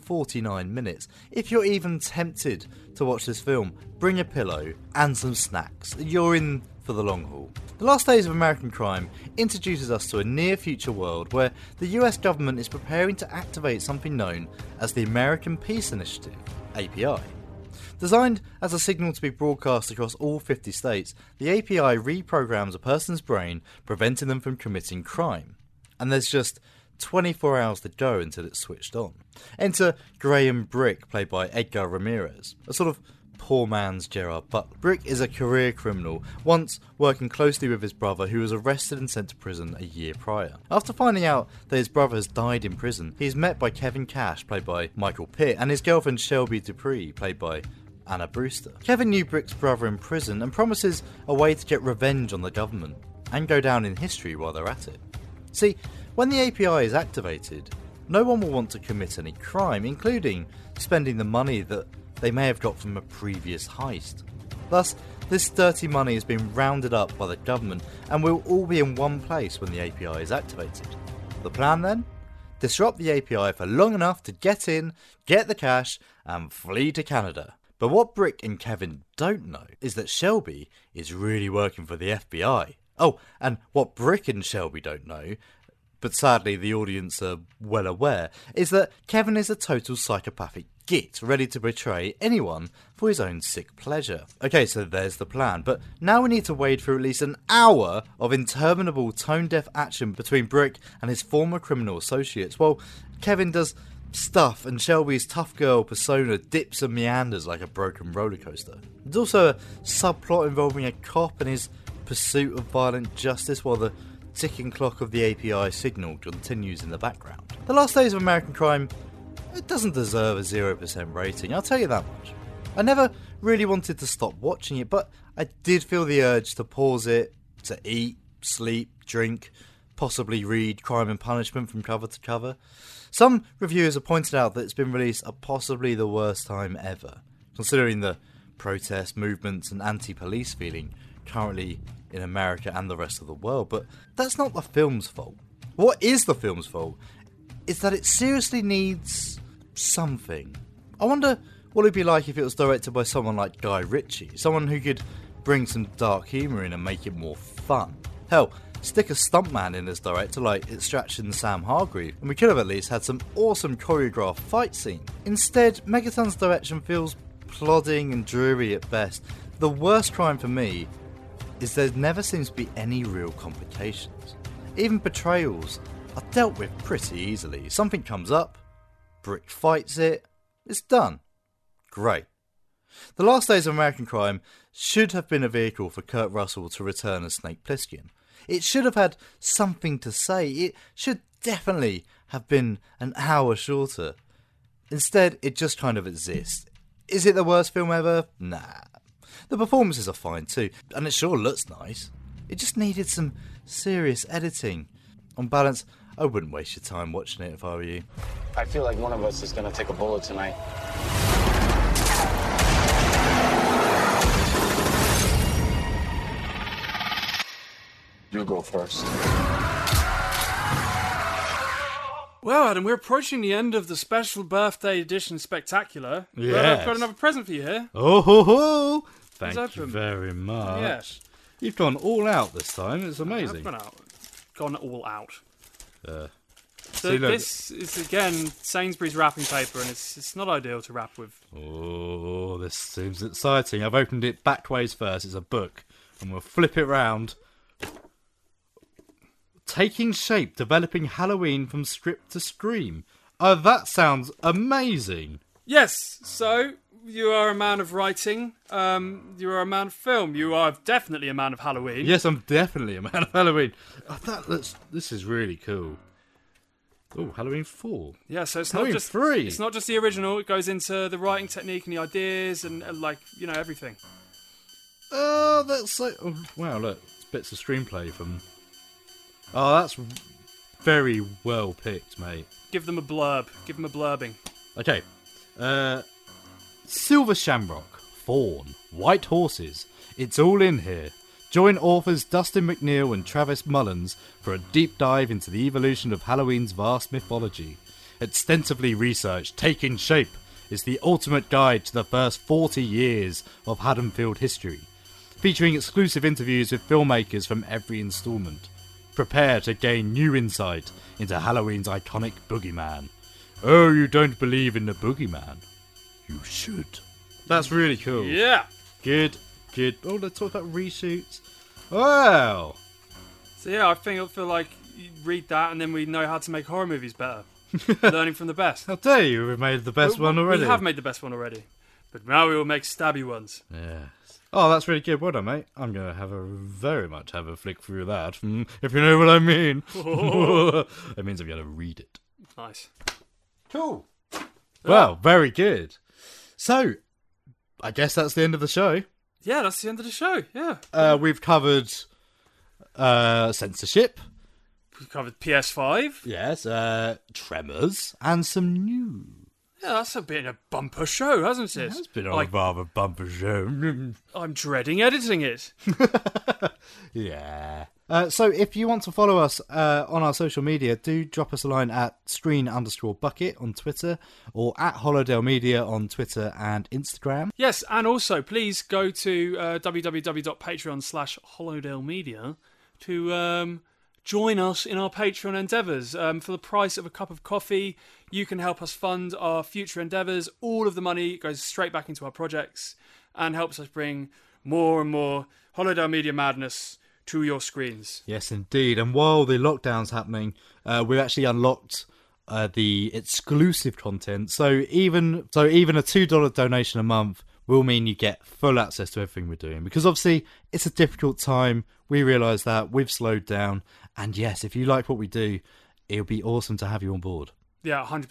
Speaker 1: 149 minutes. If you're even tempted to watch this film, bring a pillow and some snacks. You're in for the long haul. The Last Days of American Crime introduces us to a near future world where the US government is preparing to activate something known as the American Peace Initiative, API. Designed as a signal to be broadcast across all 50 states, the API reprograms a person's brain, preventing them from committing crime. And there's just 24 hours to go until it's switched on. Enter Graham Brick, played by Edgar Ramirez, a sort of poor man's Gerard Butler. Brick is a career criminal, once working closely with his brother, who was arrested and sent to prison a year prior. After finding out that his brother has died in prison, he is met by Kevin Cash, played by Michael Pitt, and his girlfriend Shelby Dupree, played by Anna Brewster. Kevin knew Brick's brother in prison and promises a way to get revenge on the government and go down in history while they're at it. See, when the API is activated, no one will want to commit any crime, including spending the money that they may have got from a previous heist. Thus, this dirty money has been rounded up by the government and will all be in one place when the API is activated. The plan then? Disrupt the API for long enough to get in, get the cash, and flee to Canada. But what Brick and Kevin don't know is that Shelby is really working for the FBI. Oh, and what Brick and Shelby don't know but sadly the audience are well aware, is that Kevin is a total psychopathic git ready to betray anyone for his own sick pleasure. Okay, so there's the plan, but now we need to wade through at least an hour of interminable tone deaf action between Brick and his former criminal associates while Kevin does stuff and Shelby's tough girl persona dips and meanders like a broken roller coaster. There's also a subplot involving a cop and his pursuit of violent justice while the ticking clock of the API signal continues in the background. The Last Days of American Crime it doesn't deserve a 0% rating, I'll tell you that much. I never really wanted to stop watching it, but I did feel the urge to pause it, to eat, sleep, drink, possibly read Crime and Punishment from cover to cover. Some reviewers have pointed out that it's been released at possibly the worst time ever, considering the protest movements and anti police feeling currently in America and the rest of the world, but that's not the film's fault. What is the film's fault is that it seriously needs something. I wonder what it'd be like if it was directed by someone like Guy Ritchie, someone who could bring some dark humour in and make it more fun. Hell, stick a stuntman in as director like Extraction's Sam Hargreave, and we could have at least had some awesome choreographed fight scene. Instead, Megaton's direction feels plodding and dreary at best. The worst crime for me is there never seems to be any real complications. Even betrayals are dealt with pretty easily. Something comes up, Brick fights it, it's done. Great. The Last Days of American Crime should have been a vehicle for Kurt Russell to return as Snake Plissken. It should have had something to say. It should definitely have been an hour shorter. Instead, it just kind of exists. Is it the worst film ever? Nah. The performances are fine too, and it sure looks nice. It just needed some serious editing. On balance, I wouldn't waste your time watching it if I were you.
Speaker 12: I feel like one of us is gonna take a bullet tonight. You go first.
Speaker 2: Well, Adam, we're approaching the end of the special birthday edition spectacular. But I've
Speaker 1: Yes.
Speaker 2: got another present for you here.
Speaker 1: Oh ho ho! Thank you
Speaker 2: open.
Speaker 1: very much.
Speaker 2: Yes.
Speaker 1: You've gone all out this time. It's amazing.
Speaker 2: I've gone out. Gone all out.
Speaker 1: Uh,
Speaker 2: So
Speaker 1: See, look.
Speaker 2: this is again Sainsbury's wrapping paper, and it's it's not ideal to wrap with.
Speaker 1: Oh, this seems exciting. I've opened it backways first. It's a book. And we'll flip it round. Taking shape, developing Halloween from script to scream. Oh, that sounds amazing.
Speaker 2: Yes, so you are a man of writing. Um, you are a man of film. You are definitely a man of Halloween.
Speaker 1: Yes, I'm definitely a man of Halloween. Oh, that looks, this is really cool. Oh, Halloween 4.
Speaker 2: Yeah, so it's
Speaker 1: Halloween
Speaker 2: not just
Speaker 1: 3.
Speaker 2: It's not just the original. It goes into the writing technique and the ideas and, and like you know everything.
Speaker 1: Oh, that's so. Oh, wow, look. It's bits of screenplay from. Oh, that's very well picked, mate.
Speaker 2: Give them a blurb. Give them a blurbing.
Speaker 1: Okay. Uh, Silver Shamrock, Fawn, White Horses. It's all in here. Join authors Dustin McNeil and Travis Mullins for a deep dive into the evolution of Halloween's vast mythology. Extensively researched, taking shape, is the ultimate guide to the first 40 years of Haddonfield history, featuring exclusive interviews with filmmakers from every instalment. Prepare to gain new insight into Halloween's iconic boogeyman. Oh, you don't believe in the boogeyman? You should. That's really cool.
Speaker 2: Yeah.
Speaker 1: Good, good. Oh, let's talk about reshoots. Wow.
Speaker 2: So yeah, I think I feel like you read that, and then we know how to make horror
Speaker 1: [LAUGHS]
Speaker 2: movies better. Learning from the best.
Speaker 1: How dare you? We've made the best
Speaker 2: We-
Speaker 1: one already.
Speaker 2: We have made the best one already, but now we will make stabby ones.
Speaker 1: Yeah. Oh, that's really good. Well done, mate. I'm going to have a very much have a flick through that, mm, if you know what I [LAUGHS] mean. that means I'm going to read it.
Speaker 2: Nice.
Speaker 1: Cool. Well, very good. So, I guess that's the end of the show.
Speaker 2: Yeah, that's the end of the show. Yeah,
Speaker 1: Uh, we've covered uh, censorship,
Speaker 2: we covered PS5.
Speaker 1: yes, uh, tremors, and some news.
Speaker 2: Yeah, that's a bit of a bumper show, hasn't it?
Speaker 1: It's been a
Speaker 2: like,
Speaker 1: rather bumper show. [LAUGHS]
Speaker 2: I'm dreading editing it.
Speaker 1: Yeah. Uh, so if you want to follow us uh, on our social media, do drop us a line at screen underscore bucket on Twitter or at Hollowdale Media on Twitter and Instagram.
Speaker 2: Yes, and also please go to uh, www.patreon slash Hollowdale Media to um, join us in our Patreon endeavours. Um, for the price of a cup of coffee, you can help us fund our future endeavours. All of the money goes straight back into our projects and helps us bring more and more Hollowdale Media madness to your screens.
Speaker 1: Yes, indeed. And while the lockdown's happening, uh, we've actually unlocked uh, the exclusive content. So even so, even a two dollar donation a month will mean you get full access to everything we're doing. Because obviously, it's a difficult time. We realise that we've slowed down. And yes, if you like what we do, it'll be awesome to have you on board.
Speaker 2: Yeah, 100%.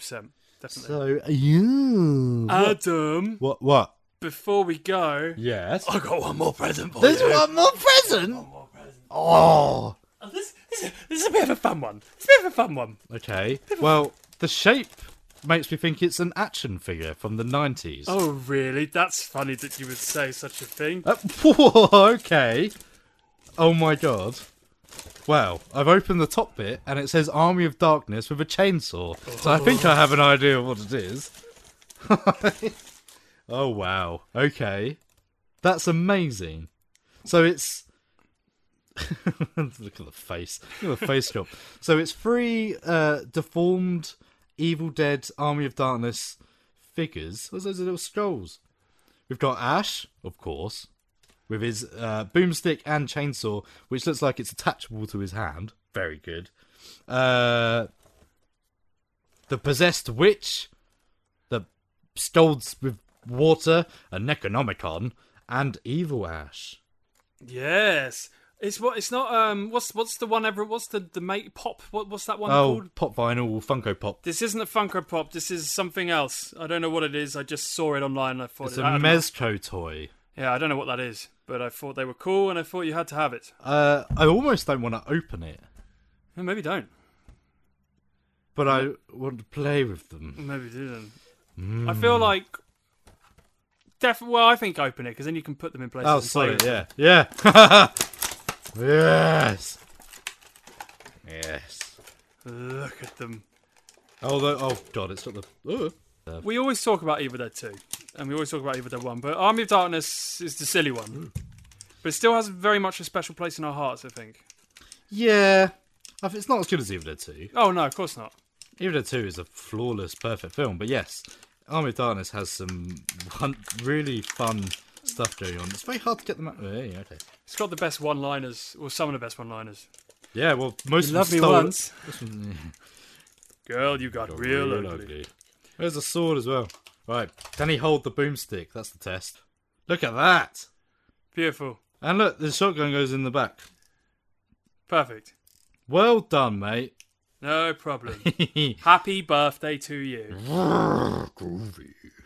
Speaker 2: Definitely.
Speaker 1: So Uh, you
Speaker 2: Adam,
Speaker 1: what what?
Speaker 2: before we go,
Speaker 1: Yes.
Speaker 2: I got one more present for
Speaker 1: There's
Speaker 2: you.
Speaker 1: one more present. Oh.
Speaker 2: Oh, This, this, is a, this is a bit of a fun one. It's a bit of a fun one.
Speaker 1: Okay. Well, the shape makes me think it's an action figure from the 90s.
Speaker 2: Oh, really? That's funny that you would say such a thing.
Speaker 1: Uh, [LAUGHS] whoa, okay. Oh my god. Wow, I've opened the top bit and it says Army of Darkness with a chainsaw. So I think I have an idea of what it is. [LAUGHS] oh wow. Okay. That's amazing. So it's [LAUGHS] look at the face. Look at the face job. So it's three uh, deformed Evil Dead Army of Darkness figures. What's those little skulls? We've got Ash, of course, with his uh, boomstick and chainsaw, which looks like it's attachable to his hand. Very good. Uh, the possessed witch that scolds with water, a Necronomicon, and Evil Ash.
Speaker 2: Yes. It's what it's not um what's what's the one ever what's the the mate pop what what's that one
Speaker 1: oh,
Speaker 2: called?
Speaker 1: pop vinyl, Funko Pop.
Speaker 2: This isn't a Funko Pop. This is something else. I don't know what it is. I just saw it online. And I thought
Speaker 1: It's
Speaker 2: it,
Speaker 1: a
Speaker 2: I don't know-
Speaker 1: Mezco toy.
Speaker 2: Yeah, I don't know what that is, but I thought they were cool, and I thought you had to have it.
Speaker 1: Uh, I almost don't want to open it,
Speaker 2: Well, Maybe don't.
Speaker 1: but I want to play with them.
Speaker 2: Maybe do then. I feel
Speaker 1: Hmm.
Speaker 2: like. Def- well, I think open it because then you can put them in places.
Speaker 1: Oh,
Speaker 2: and play
Speaker 1: sorry,
Speaker 2: with them.
Speaker 1: yeah. Yeah. [LAUGHS] yes. Yes.
Speaker 2: Look at them.
Speaker 1: Although, oh god, it's not the. uh. Ooh.
Speaker 2: We always talk about Evil Dead 2, and we always talk about Evil Dead 1, but Army of Darkness is the silly one. But it still has very much a special place in our hearts, I think.
Speaker 1: Yeah. I think It's not as good as Evil Dead 2.
Speaker 2: Oh, no, of course not.
Speaker 1: Evil Dead 2 is a flawless, perfect film, but yes, Army of Darkness has some fun- really fun stuff going on. It's very hard to get them out. Oh, Yeah, yeah, okay.
Speaker 2: It's got the best one-liners, or some of the best one-liners.
Speaker 1: Yeah, well, most of
Speaker 2: You loved
Speaker 1: them
Speaker 2: me
Speaker 1: stole-
Speaker 2: once.
Speaker 1: this one-
Speaker 2: [LAUGHS] Girl, you got, real, ugly.
Speaker 1: There's a sword as well. Right, can he hold the boomstick? That's the test. Look at that.
Speaker 2: Beautiful.
Speaker 1: And look, the shotgun goes in the back.
Speaker 2: Perfect.
Speaker 1: Well done, mate. [LAUGHS]
Speaker 2: [LAUGHS] No problem. Happy birthday to you.
Speaker 1: Groovy.